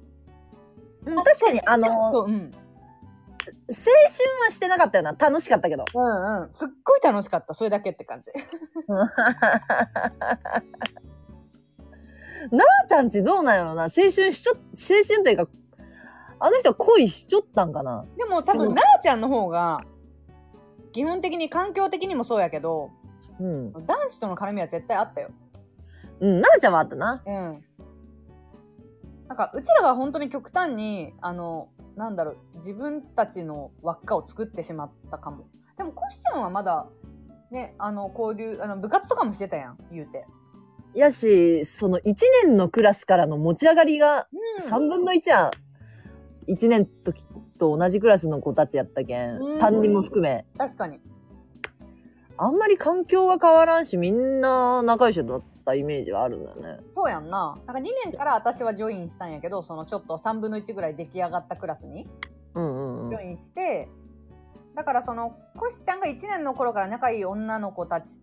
B: うん確かに、あの、
A: ちょっ
B: 青春
A: とうん、
B: はしてなかったよな。楽しかったけ *laughs* ど。
A: うんうん、すっごい楽しかった、それだけって感じ。
B: なあちゃんちどうなんやろな。青春しちょ、青春というか、あの人は恋しちょったんかな。
A: でも多
B: そ
A: 分、
B: う
A: なあちゃんの方が、基本的に環境的にもそうやけど、
B: うん。
A: 男子との絡みは絶対あったよ。
B: うん、なあちゃんはあったな。
A: うん。なんか、うちらが本当に極端に、あの、なんだろう、自分たちの輪っかを作ってしまったかも。でも、コッションはまだ、ね、あの、交流、あの、部活とかもしてたやん、言うて。
B: やし、その1年のクラスからの持ち上がりが
A: うん
B: 3分の1は、1年ときと同じクラスの子たちやったけ
A: うんん
B: 担任も含め
A: 確かに。
B: あんまり環境が変わらんしみんな仲良しだったイメージはあるんだよね
A: そうやんな。なんか2年から私はジョインしたんやけど、そのちょっと3分の1ぐらい出来上がったクラスに
B: うんうんう
A: ジ
B: ん
A: ョインして、だからその、コシちゃんが1年の頃から仲いい女の子たち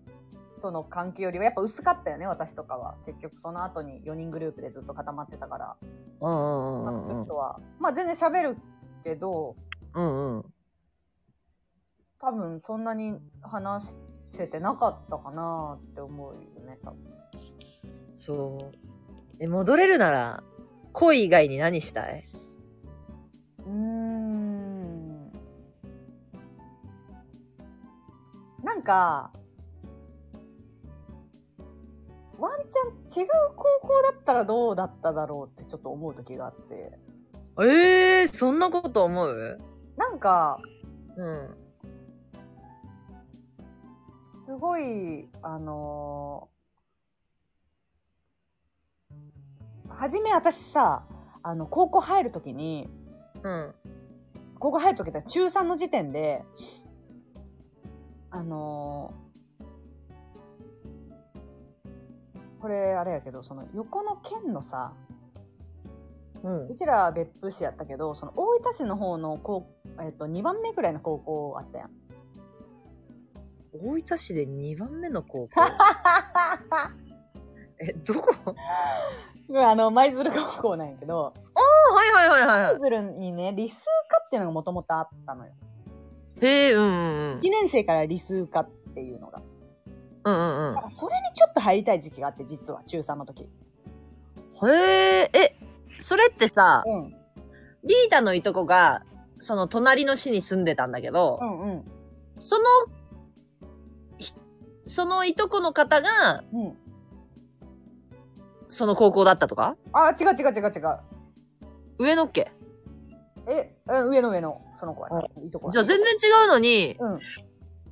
A: との関係よりはやっぱ薄かったよね、私とかは。結局その後に4人グループでずっと固まってたから、
B: うんうんう
A: あ
B: んうん
A: の人は。まあ全然喋るけど、
B: うんうん
A: 多分そんなに話せてなかったかなって思うよね、多分。
B: そうえ戻れるなら恋以外に何したいう
A: ーんなんかワンチャン違う高校だったらどうだっただろうってちょっと思う時があって
B: えー、そんなこと思う
A: なんか
B: うん
A: すごいあのー初め私さあの高校入る時に
B: うん
A: 高校入る時って中3の時点であのーこれあれやけどその横の県のさ
B: うん
A: うちらは別府市やったけどその大分市の方の高、えっと2番目くらいの高校あったやん *laughs*
B: 大分市で2番目の高 *laughs* 校えどこ
A: うんあの舞鶴高校なんやけど
B: あはいはいはいはいはい
A: 舞鶴にね理数科っていうのがもともとあったのよ
B: へえうんうんうん
A: 1年生から理数科っていうのが
B: うんうん
A: だからそれにちょっと入りたい時期があって実は中3の時
B: うんへええそれってさ
A: うん
B: リーダのいとこがその隣の市に住んでたんだけど、
A: うんうん
B: そのひそのいとこの方が
A: うん
B: その高校だったとか
A: あ違う違う違う違う
B: 上野っけ
A: え、うん上の上の、その子やな。いいとこや
B: じゃあ全然違うのに、
A: うん。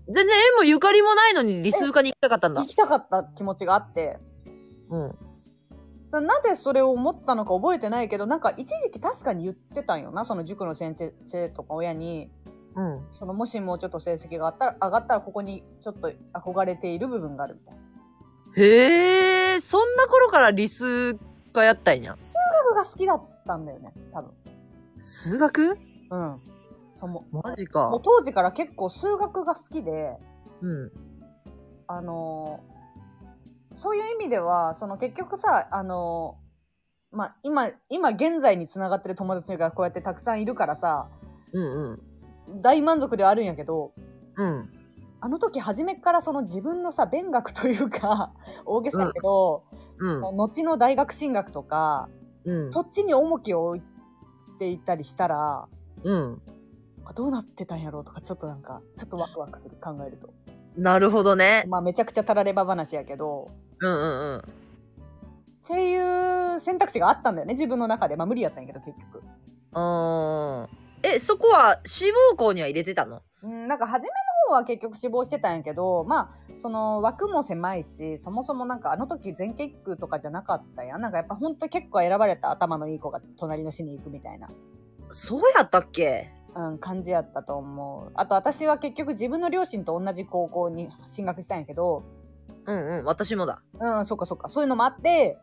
B: 全然縁もゆかりもないのに理数科に行きたかったんだ
A: 行。きたかった気持ちがあって、
B: うん。
A: ななぜそれを思ったのか覚えてないけど、なんか一時期確かに言ってたんよな、その塾の先生とか親に、
B: うん。
A: そのもしもうちょっと成績があったら上がったらここにちょっと憧れている部分があるみたいな。
B: へえ、そんな頃から理数科やったんや。
A: 数学が好きだったんだよね、多分。
B: 数学
A: うん。その
B: マジ
A: もう
B: か。
A: 当時から結構数学が好きで、
B: うん。
A: あのーそういう意味ではその結局さあのーまあ今今現在につながってる友達がこうやってたくさんいるからさ
B: うんうん。
A: 大満足ではあるんやけど
B: うん。
A: あの時初めからその自分のさ勉学というか *laughs* 大げさやけど、
B: うん。
A: 後の大学進学とか
B: うん。
A: そっちに重きを置いていたりしたら
B: うん。
A: どうなってたんやろうとかちょっとなんかちょっとワクワクする考えると
B: なるほどね。
A: まあめちゃくちゃたられば話やけど
B: うんうんうん。
A: っていう選択肢があったんだよね自分の中でまあ無理やったんやけど結局
B: あーえ、そこは志望校には入れてたの
A: うんなんか初めの方は結局志望してたんやけどまあその枠も狭いしそもそもなんかあの時全結句とかじゃなかったやんなんかやっぱほんと結構選ばれた頭のいい子が隣の市に行くみたいな、
B: そうやったっけ
A: うん、感じやったと思うあと私は結局自分の両親と同じ高校に進学したんやけど
B: うんうん。私もだ。
A: うんそっかそっかそういうのもあって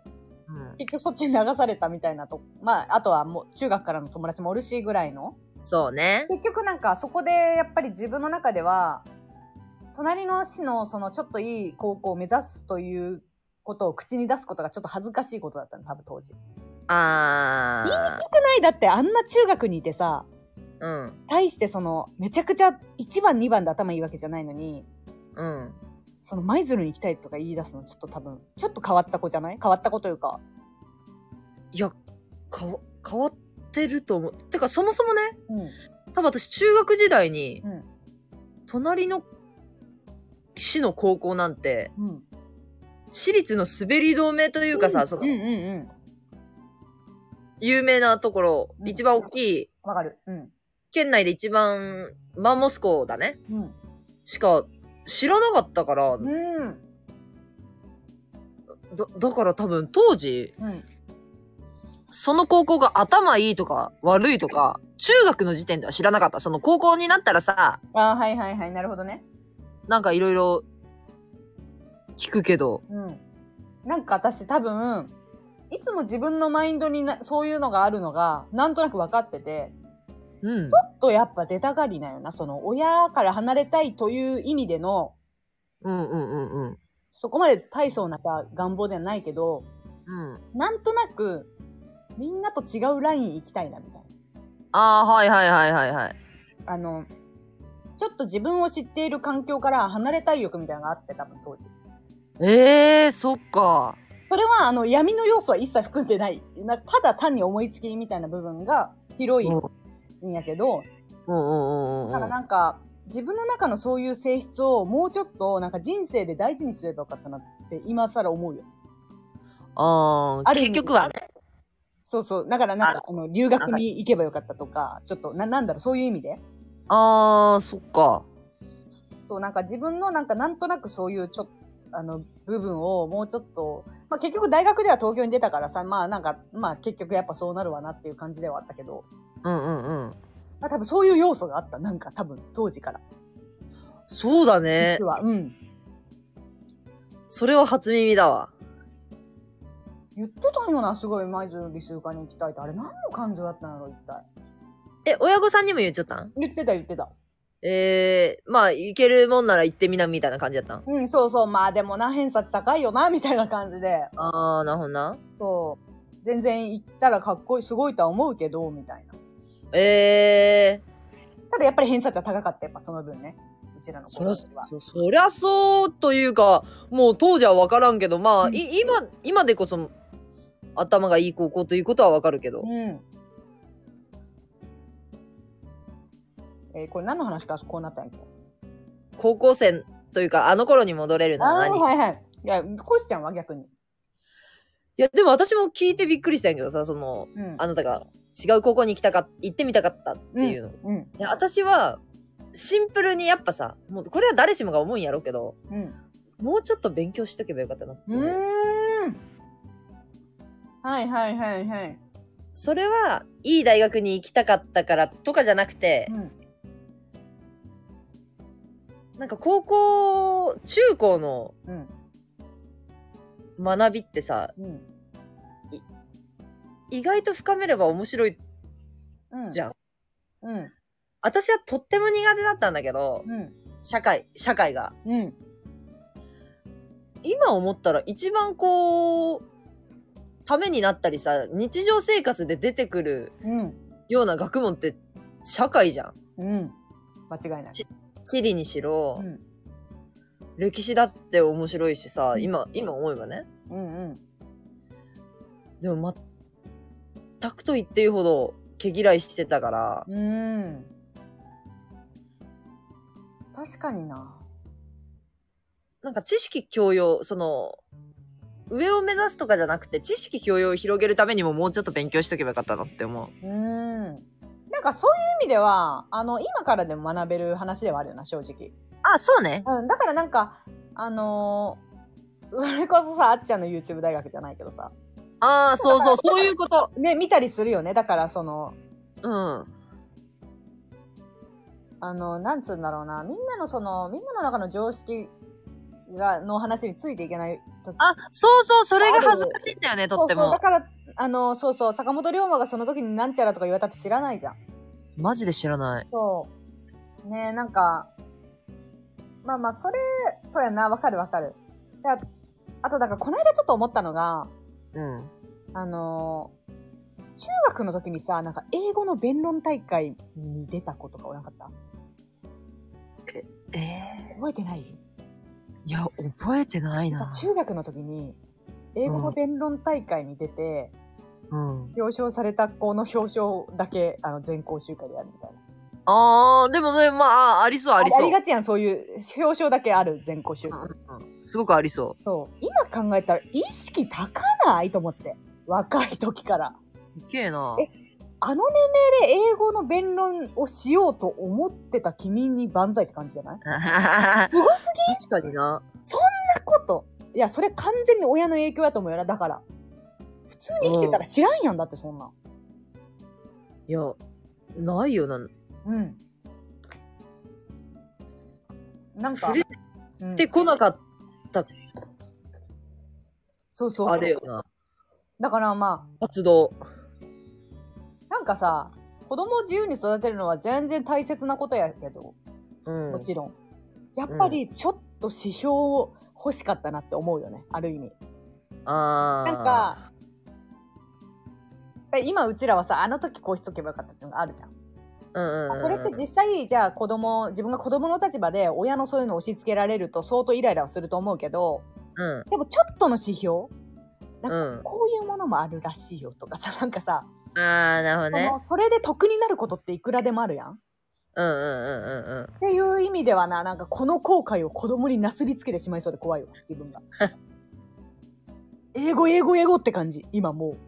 B: うん。
A: 結局そっちに流されたみたいなとまああとはもう中学からの友達もおるしぐらいの
B: そうね。
A: 結局なんかそこでやっぱり自分の中では隣の市のそのちょっといい高校を目指すということを口に出すことがちょっと恥ずかしいことだったの多分当時。
B: あ
A: ないだってあんな中学にいてさ
B: ー。
A: 大してそのめちゃくちゃ1番2番で頭いいわけじゃないのに
B: うん。うん。
A: その舞鶴に行きたいとか言い出すのちょっと多分ちょっと変わった子じゃない変わった子というか。
B: いや、かわ、変わってると思う。てか、そもそもね、
A: うん、
B: 多分私中学時代に、
A: うん
B: 隣の市の高校なんて、
A: うん、
B: 私立の滑り止めというかさ、その
A: うんうんうん
B: 有名なところ、
A: うん
B: 一番大きい、
A: わかるうん
B: 県内で一番マンモス校だね。
A: うん
B: しか知らなかったから、
A: うん
B: だだから多分当時、
A: うん
B: その高校が頭いいとか悪いとか、中学の時点では知らなかった。その高校になったらさ、
A: あーはいはいはいなるほどね
B: なんかいろいろ聞くけど、
A: うんなんか私多分いつも自分のマインドになそういうのがあるのがなんとなく分かってて
B: うん。
A: ちょっとやっぱ出たがりなんよなその親から離れたいという意味での
B: うんうんうんうん。
A: そこまで大層なさ願望ではないけど
B: うん。
A: なんとなくみんなと違うライン行きたいなみたい
B: ああ、はいはいはいはいはい。
A: なあのちょっと自分を知っている環境から離れたい欲みたいなのがあって多分当時
B: ええー、そっか。
A: それはあの闇の要素は一切含んでないなただ単に思いつきみたいな部分が広い
B: うん
A: んやけど
B: うんうんうんうん。
A: ただなんか自分の中のそういう性質をもうちょっとなんか人生で大事にすればよかったなって今更思うよ
B: ああ、
A: ある意
B: 結
A: 味
B: 局はね。
A: そうそうだからなんかあの留学に行けばよかったとかちょっとななんだろうそういう意味で
B: ああ、そっか。
A: そうなんか自分のなんかなんとなくそういうちょっとあの部分をもうちょっと、まあ、結局大学では東京に出たからさまあなんかまあ結局やっぱそうなるわなっていう感じではあったけど、
B: うんうんうん。
A: まあ、多分そういう要素があったなんか多分当時から
B: そうだね
A: 実。はうん
B: それは初耳だわ。
A: 言ってたんよなすごい舞鶴理数科に行きたいってあれ何の感情だったんやろ一体
B: え、親御さんにも言っちゃったん
A: 言ってた言ってた
B: ええまあ、行けるもんなら行ってみな、みたいな感じだったん
A: うんそうそうまあでもな偏差値高いよなみたいな感じで
B: ああ、なるほどな。
A: そう全然行ったらかっこいいすごいとは思うけどみたいな
B: ええ
A: ただやっぱり偏差値は高かったやっぱその分ねうちらの子たちは
B: そそりゃそうというか、もう当時は分からんけど、まあ、
A: うん
B: い今、今でこそ、頭がいい高校ということは分かるけど。
A: うんえーこれ何の話かこうなったんやっけ
B: 高校生というか、あの頃に戻れる
A: あ
B: なら
A: あ
B: 何
A: ーはいはいいやコシちゃんは逆に
B: いや、でも私も聞いてびっくりしたんやけどさ、その、
A: うん
B: あなたが違う高校に行きたかっ、行ってみたかったっていうの。い
A: うん
B: や、私は、シンプルにやっぱさ、もうこれは誰しもが思うんやろうけど、
A: うん
B: もうちょっと勉強しとけばよかったなって
A: う
B: 思う
A: ーんはいはいはいはい
B: それは、いい大学に行きたかったからとかじゃなくて、
A: うん
B: なんか高校、中高の
A: うん
B: 学びってさ、
A: うん
B: 意外と深めれば面白い
A: うん
B: じゃん。
A: うん
B: 私はとっても苦手だったんだけど、
A: うん
B: 社会、社会が。
A: うん
B: 今思ったら一番こう、ためになったりさ、日常生活で出てくる
A: うん
B: ような学問って社会じゃん。
A: うん間違いない
B: 地理にしろ、
A: うん
B: 歴史だって面白いしさ、
A: ん
B: 今、今思えばね。
A: うんうん
B: でも全くと言っていいほど毛嫌いしてたから、
A: うん確かにな
B: なんか知識教養、その、上を目指すとかじゃなくて、知識教養を広げるためにももうちょっと勉強しとけばよかったなって思う。
A: うんなんかそういう意味ではあの今からでも学べる話ではあるよな正直、
B: あ、そうね。
A: うん、だからなんかあのーそれこそさあっちゃんの YouTube 大学じゃないけどさ
B: ああ、そうそう、そういうこと。
A: ね見たりするよねだからその
B: うん。
A: あの、なんつうんだろうな、みんなのその、みんなの中の常識が、の話についていけない時。
B: あ、そうそう、それが恥ずかしいんだよね、とって
A: そうそう、だ
B: も。
A: から、あの、そうそう、坂本龍馬がその時になんちゃらとか言われたって知らないじゃん。
B: マジで知らない。
A: そう。ねえ、なんか、まあまあ、それ、そうやな、わかるわかる。でああと、だから、この間ちょっと思ったのが、
B: うん。
A: あのー中学の時にさ、なんか英語の弁論大会に出た子とかおらんかった
B: ええ
A: 覚えてない
B: いや、覚えてないな。
A: 中学の時に英語の弁論大会に出て、
B: うん。
A: 表彰された子の表彰だけあの全校集会でやるみたいな
B: ああ、でもね、まあ、ありそう、あり
A: あ
B: そう。
A: りがちやんそういう表彰だけある全校集会、
B: うんうんすごくありそ
A: そう今考えたら意識高ないと思って若い時から
B: う。すげえな。
A: あの年齢で英語の弁論をしようと思ってた君に万歳って感じじゃないすごすぎ
B: 確かにな。
A: なこといやそれ完全に親の影響やと思うよなだから普通に生きてたら知らんやんだってそんなん
B: いや、ないよな。
A: うん。なんか
B: 触、れ
A: うん
B: てこなかっ
A: そうそうそ
B: た、
A: う
B: あれよな。
A: だからま
B: 活動。
A: あ、なんかさ、子供を自由に育てるのは全然大切なことやけど、
B: うん
A: も。ちろん。やっぱりちょっと指標を欲しかったなって思うよね、ある意味。
B: あー
A: なんか、今うちらはさ、あの時こうしとけばよかったっていうのがあるじゃん。
B: うんうんうん
A: それって実際じゃあ子供自分が子供の立場で親のそういうのを押し付けられると相当イライラはすると思うけど
B: うん
A: でもちょっとの指標
B: うん。
A: こういうものもあるらしいよとかさ *laughs* なんかさ、
B: ああ、なるほどね
A: そ。のそれで得になることっていくらでもあるやんっ
B: うんうんうんうんうん。
A: ていう意味ではななんかこの後悔を子供になすりつけてしまいそうで怖いわ自分
B: *laughs*
A: が英語英語英語って感じ今もう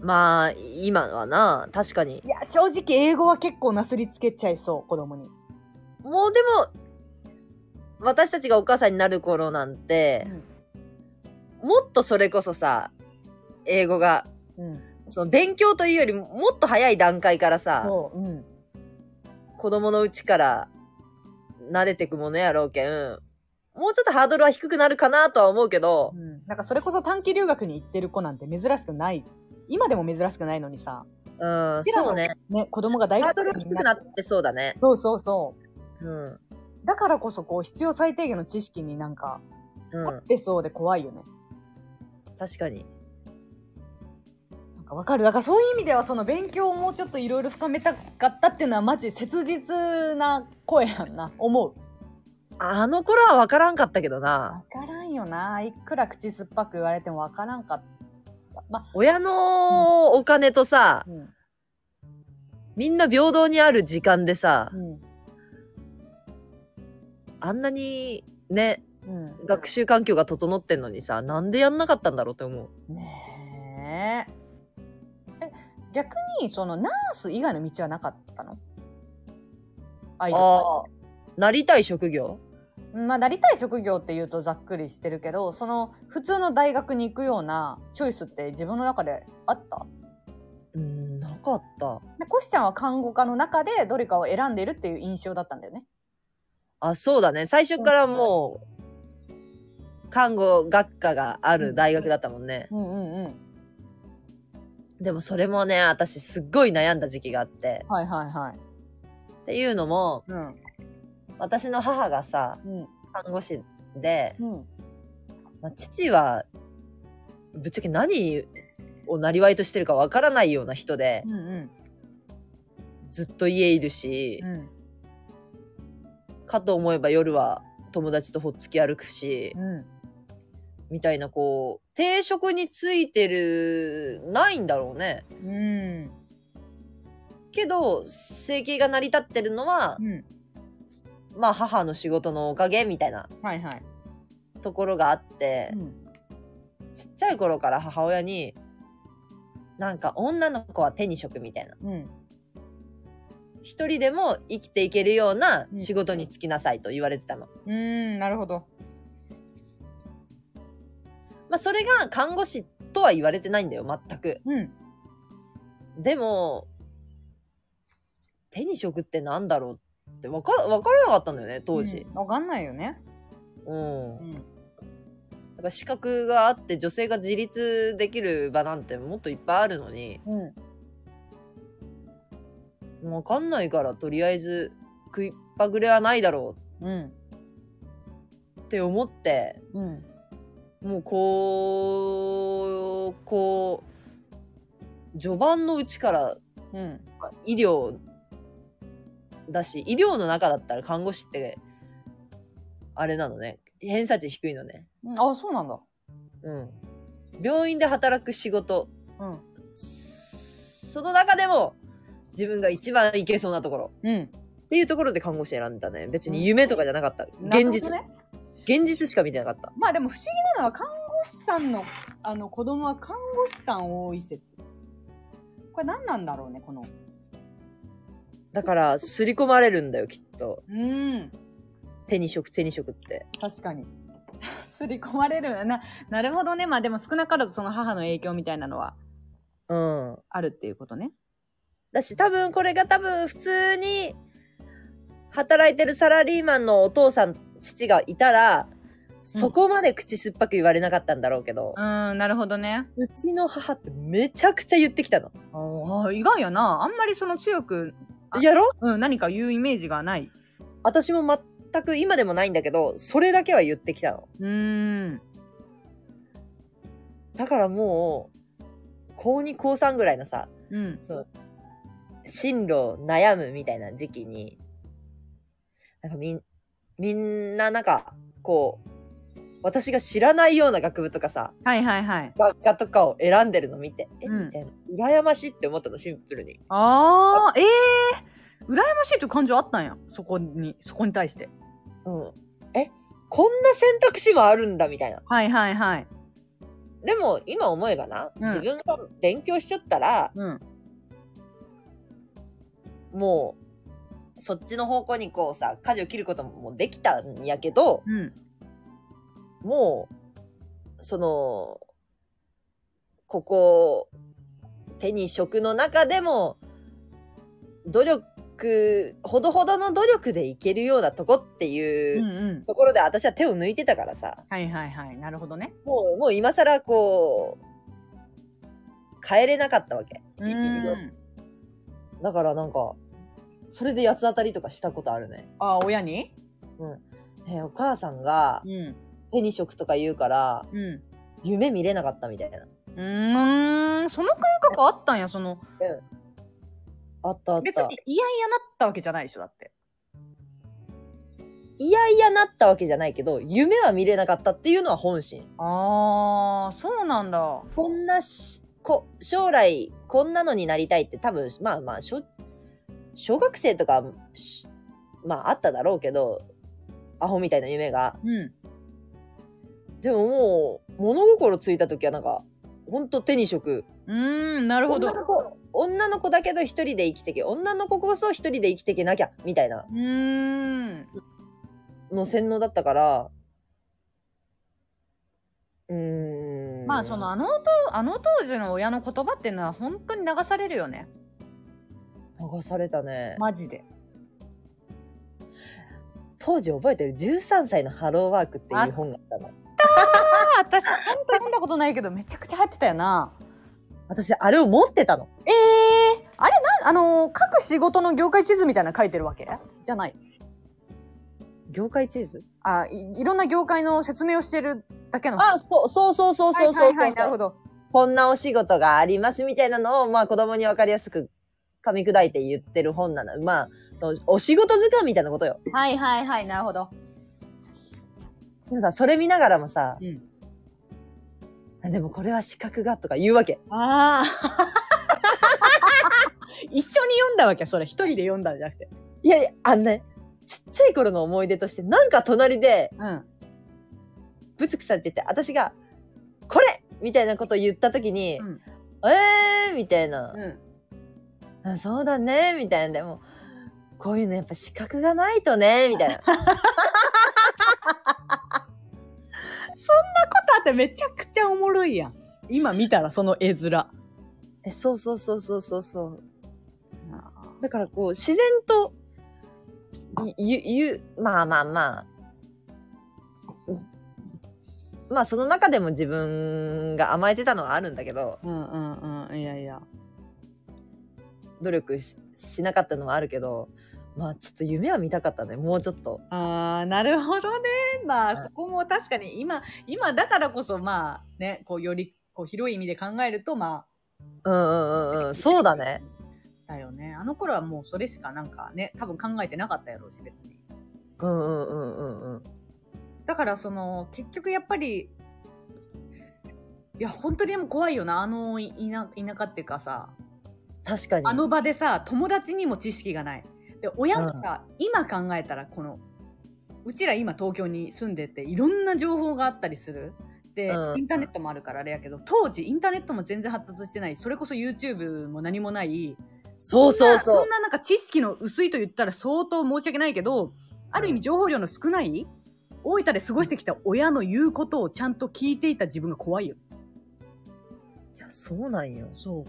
B: まあ、今はな、確かに。
A: いや正直英語は結構なすりつけちゃいそう子供に、
B: もうでも、私たちがお母さんになる頃なんて、もっとそれこそさ、英語が、
A: うん、
B: その勉強というよりももっと早い段階からさ、
A: そううん
B: 子供のうちから慣れてくものやろうけん、もうちょっとハードルは低くなるかなとは思うけど、
A: うん、なんかそれこそ短期留学に行ってる子なんて珍しくない今でも珍しくないのにさ、
B: うん、そうね。
A: ね、子供が大
B: ハー
A: 学
B: ドルは
A: 生
B: 低
A: に
B: く
A: な
B: な
A: っ
B: ってそうだね。
A: そうそうそう
B: うん。
A: だからこそこう必要最低限の知識になんか
B: う
A: 合
B: ん
A: っ。てそうで怖いよね、
B: 確かに。
A: なんかわかるだからそういう意味ではその勉強をもうちょっといろいろ深めたかったっていうのはマジ切実な声やんな思う
B: あの頃は分からんかったけどな。
A: 分からんよないくら口酸っぱく言われても分からんかったまあ
B: 親のお金とさ、
A: うん
B: みんな平等にある時間でさ、
A: うん
B: あんなにね、
A: うん
B: 学習環境が整ってんのにさ、なんでやんなかったんだろうって思う。
A: ねえ。え、逆に、その、ナース以外の道はなかったのアイドル
B: ああ。なりたい職業
A: まあ、なりたい職業っていうとざっくりしてるけど、その、普通の大学に行くようなチョイスって自分の中であった
B: うん、なかった。
A: でコシちゃんは看護科の中でどれかを選んでるっていう印象だったんだよね。
B: あ、そうだね。最初からもう、看護学科がある大学だったもんね。
A: うんうんうん。
B: でもそれもね、私すっごい悩んだ時期があって。
A: はいはいはい。
B: っていうのも、
A: うん。
B: 私の母がさ、
A: うん。
B: 看護師で、
A: うん。
B: まあ、父はぶっちゃけ何をなりわいとしてるかわからないような人で
A: うんうん。
B: ずっと家いるし、
A: うん。
B: かと思えば夜は友達とほっつき歩くし、
A: うん。
B: みたいなこう定職についてるないんだろうね
A: うん。
B: けど生計が成り立ってるのは、
A: うん。
B: まあ母の仕事のおかげみたいな
A: はいはい。
B: ところがあって
A: う、ん。
B: ちっちゃい頃から母親になんか女の子は手に職みたいな
A: うん。
B: 一人でも生きていけるような
A: うん
B: 仕事に就きなさいと言われてたの。
A: うん。なるほど。
B: まあ、それが看護師とは言われてないんだよ、全く。
A: うん。
B: でも、手に職ってなんだろうってわかわからなかったんだよね、当時。
A: うんわかんないよね。
B: うん。
A: うん。
B: だから資格があって女性が自立できる場なんてもっといっぱいあるのに、
A: うん。
B: わかんないからとりあえず食いっぱぐれはないだろ
A: うん。
B: うって思って、
A: うん。
B: もうこう、こう、序盤のうちから
A: うん。
B: 医療だし医療の中だったら看護師ってあれなのね偏差値低いのね
A: あ、そうなんだ。
B: うん病院で働く仕事
A: うん。
B: その中でも自分が一番いけそうなところ
A: うん。
B: っていうところで看護師選んだね別に夢とかじゃなかった、現実、
A: なるほどね。
B: 現実しか見てなかった
A: まあでも不思議なのは看護師さんの、あの子供は看護師さん多い説。これ何なんだろうね、この。
B: だから刷り込まれるんだよきっと
A: うん。
B: 手に職手に職って
A: 確かに。 *laughs* すり込まれるな。なるほどね。まあでも少なからずその母の影響みたいなのは
B: うん
A: あるっていうことね。
B: だし、多分これが多分普通に働いてるサラリーマンのお父さん、父がいたら、そこまで口酸っぱく言われなかったんだろうけど、
A: うん、なるほどね。
B: うちの母ってめちゃくちゃ言ってきたの。
A: ああ、意外やな。あんまりその強く、あ
B: やろ
A: うん、何か言うイメージがない。
B: 私も全く今でもないんだけど、それだけは言ってきたの。
A: うーん。
B: だからもう、高2高3ぐらいのさ、
A: うん。
B: 進路悩むみたいな時期に、なんかみん、みんななんか、こう、私が知らないような学部とかさ、
A: はいはいはい。
B: 学科とかを選んでるの見て、え、
A: うん
B: みたいな。羨ましいって思ったの、シンプルに。
A: ああ、ええー。羨ましいという感情あったんや。そこに、そこに対して。
B: うん。え、こんな選択肢もあるんだ、みたいな。
A: はいはいはい。
B: でも、今思えばな、
A: うん
B: 自分が勉強しちゃったら、
A: うん。
B: もう、そっちの方向にこうさ、舵を切ることもできたんやけど、
A: うん。
B: もう、その、ここ、手に職の中でも、努力、ほどほどの努力でいけるようなとこっていううん
A: うん。
B: ところで私は手を抜いてたからさ、
A: はいはいはい。なるほどね。
B: もう、もう今更こう、帰れなかったわけ。
A: う
B: いいろ
A: ー
B: い
A: ん。
B: ろだからなんか、それで八つ当たりとかしたことあるね。
A: ああ、親に
B: えーお母さんが
A: うん。
B: 手に職とか言うから、
A: うん。
B: 夢見れなかったみたいな。
A: うーん、その感覚あったんや、その。
B: あったあっ
A: 別
B: た
A: に。嫌々なったわけじゃないでしょ、だって。
B: いやいやなったわけじゃないけど、夢は見れなかったっていうのは本心。
A: ああ、そうなんだ。
B: こんなし、こ、将来、こんなのになりたいって多分、まあまあ、小、小学生とか、しまああっただろうけど、アホみたいな夢が。
A: うん。
B: でももう、物心ついた時はなんか、ほんと手に職。
A: うーん、なるほど。
B: 女の子、女の子だけど一人で生きてけ、女の子こそ一人で生きてけなきゃ、みたいな、
A: うーん。
B: の洗脳だったから、うーん。
A: まあそのあの当あの当時の親の言葉っていうのは本当に流されるよね
B: 流されたね、
A: マジで
B: 当時覚えてる13歳のハローワークっていう本があったの
A: ああ *laughs* 私本当に読んだことないけどめちゃくちゃ流行ってたよな
B: 私あれを持ってたの
A: ええあれなんあのー各仕事の業界地図みたいなの書いてるわけじゃない
B: 業界地図
A: あいいろんな業界の説明をしてるだけの
B: あそうそうそうそうそうそうそう、
A: はいはいはいなるほど
B: こんなお仕事がありますみたいなのをまあ子供に分かりやすく噛み砕いて言ってる本なのまあそうお仕事図鑑みたいなことよ
A: はいはいはいなるほど
B: でもさそれ見ながらもさ、
A: うん
B: あでもこれは資格がとか言うわけ
A: ああ *laughs* 一緒に読んだわけそれ一人で読んだんじゃなくて
B: いやいやあのねちっちゃい頃の思い出としてなんか隣で
A: うん
B: ぶつくされてて、私が、これみたいなことを言ったときに、
A: うん
B: えーみたいな、
A: うん
B: あそうだねみたいな。でも、こういうのやっぱ資格がないとねみたいな。
A: だってめちゃくちゃおもろいやん今見たらその絵面
B: *laughs* えそうそうそうそうそうそう
A: あ。
B: だからこう、自然と、ゆ、ゆ、まあまあまあ。まあその中でも自分が甘えてたのはあるんだけど、
A: うんうんうんいやいや
B: 努力ししなかったのはあるけど、まあちょっと夢は見たかったね。もうちょっと。
A: あーなるほどねまあ
B: うん
A: そこも確かに今今だからこそまあねこうよりこう広い意味で考えるとま
B: うんうんうんうん、そうだね。
A: あだよねあの頃はもうそれしかなんかね多分考えてなかったやろうし別に
B: うんうんうんうんうん。
A: だからその結局やっぱりいや本当にでも怖いよなあのい田田舎っていうかさ
B: 確かに。
A: あの場でさ友達にも知識がないで親もさ、今考えたらこのうちら今東京に住んでていろんな情報があったりするで、
B: うん
A: インターネットもあるからあれやけど当時インターネットも全然発達してないそれこそ YouTube も何もない
B: そうそ
A: そんな
B: うそ
A: そんななんか知識の薄いと言ったら相当申し訳ないけどある意味情報量の少ない大分で過ごしてきた親の言うことをちゃんと聞いていた自分が怖いよ
B: う。いや、そうなんよ。
A: そう。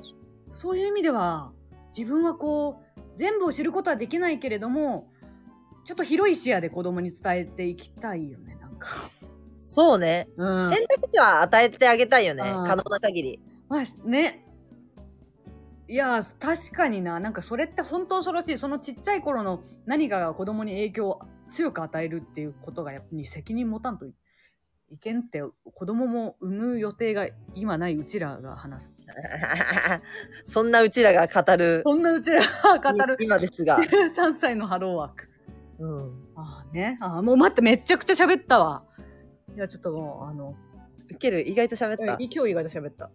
A: そういう意味では、自分はこう全部を知ることはできないけれどもちょっと広い視野で子供に伝えていきたいよねなんか、
B: そうね。
A: うん
B: 選択肢は与えてあげたいよね。
A: うん
B: 可能な限り。 *laughs*
A: まあねいやー確かにななんかそれって本当恐ろしいそのちっちゃい頃の何かが子供に影響を強く与えるっていうことがやっぱに責任持たんといいけんって子供も産む予定が今ないうちらが話す
B: そんなうちらが語る、
A: そんなうちらが語る
B: 今ですが。
A: 13歳のハローワーク
B: *laughs* うん。
A: ああねああもう待ってめっちゃくちゃ喋ったわいやちょっともうあの
B: ウケる意外と喋った。
A: 今日意外と喋った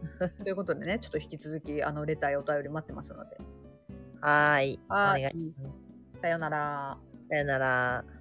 A: *laughs* ということでねちょっと引き続きあのレターやお便り待ってますので
B: はーい。お
A: は
B: 願
A: ーい
B: い。
A: さよなら。
B: さよなら。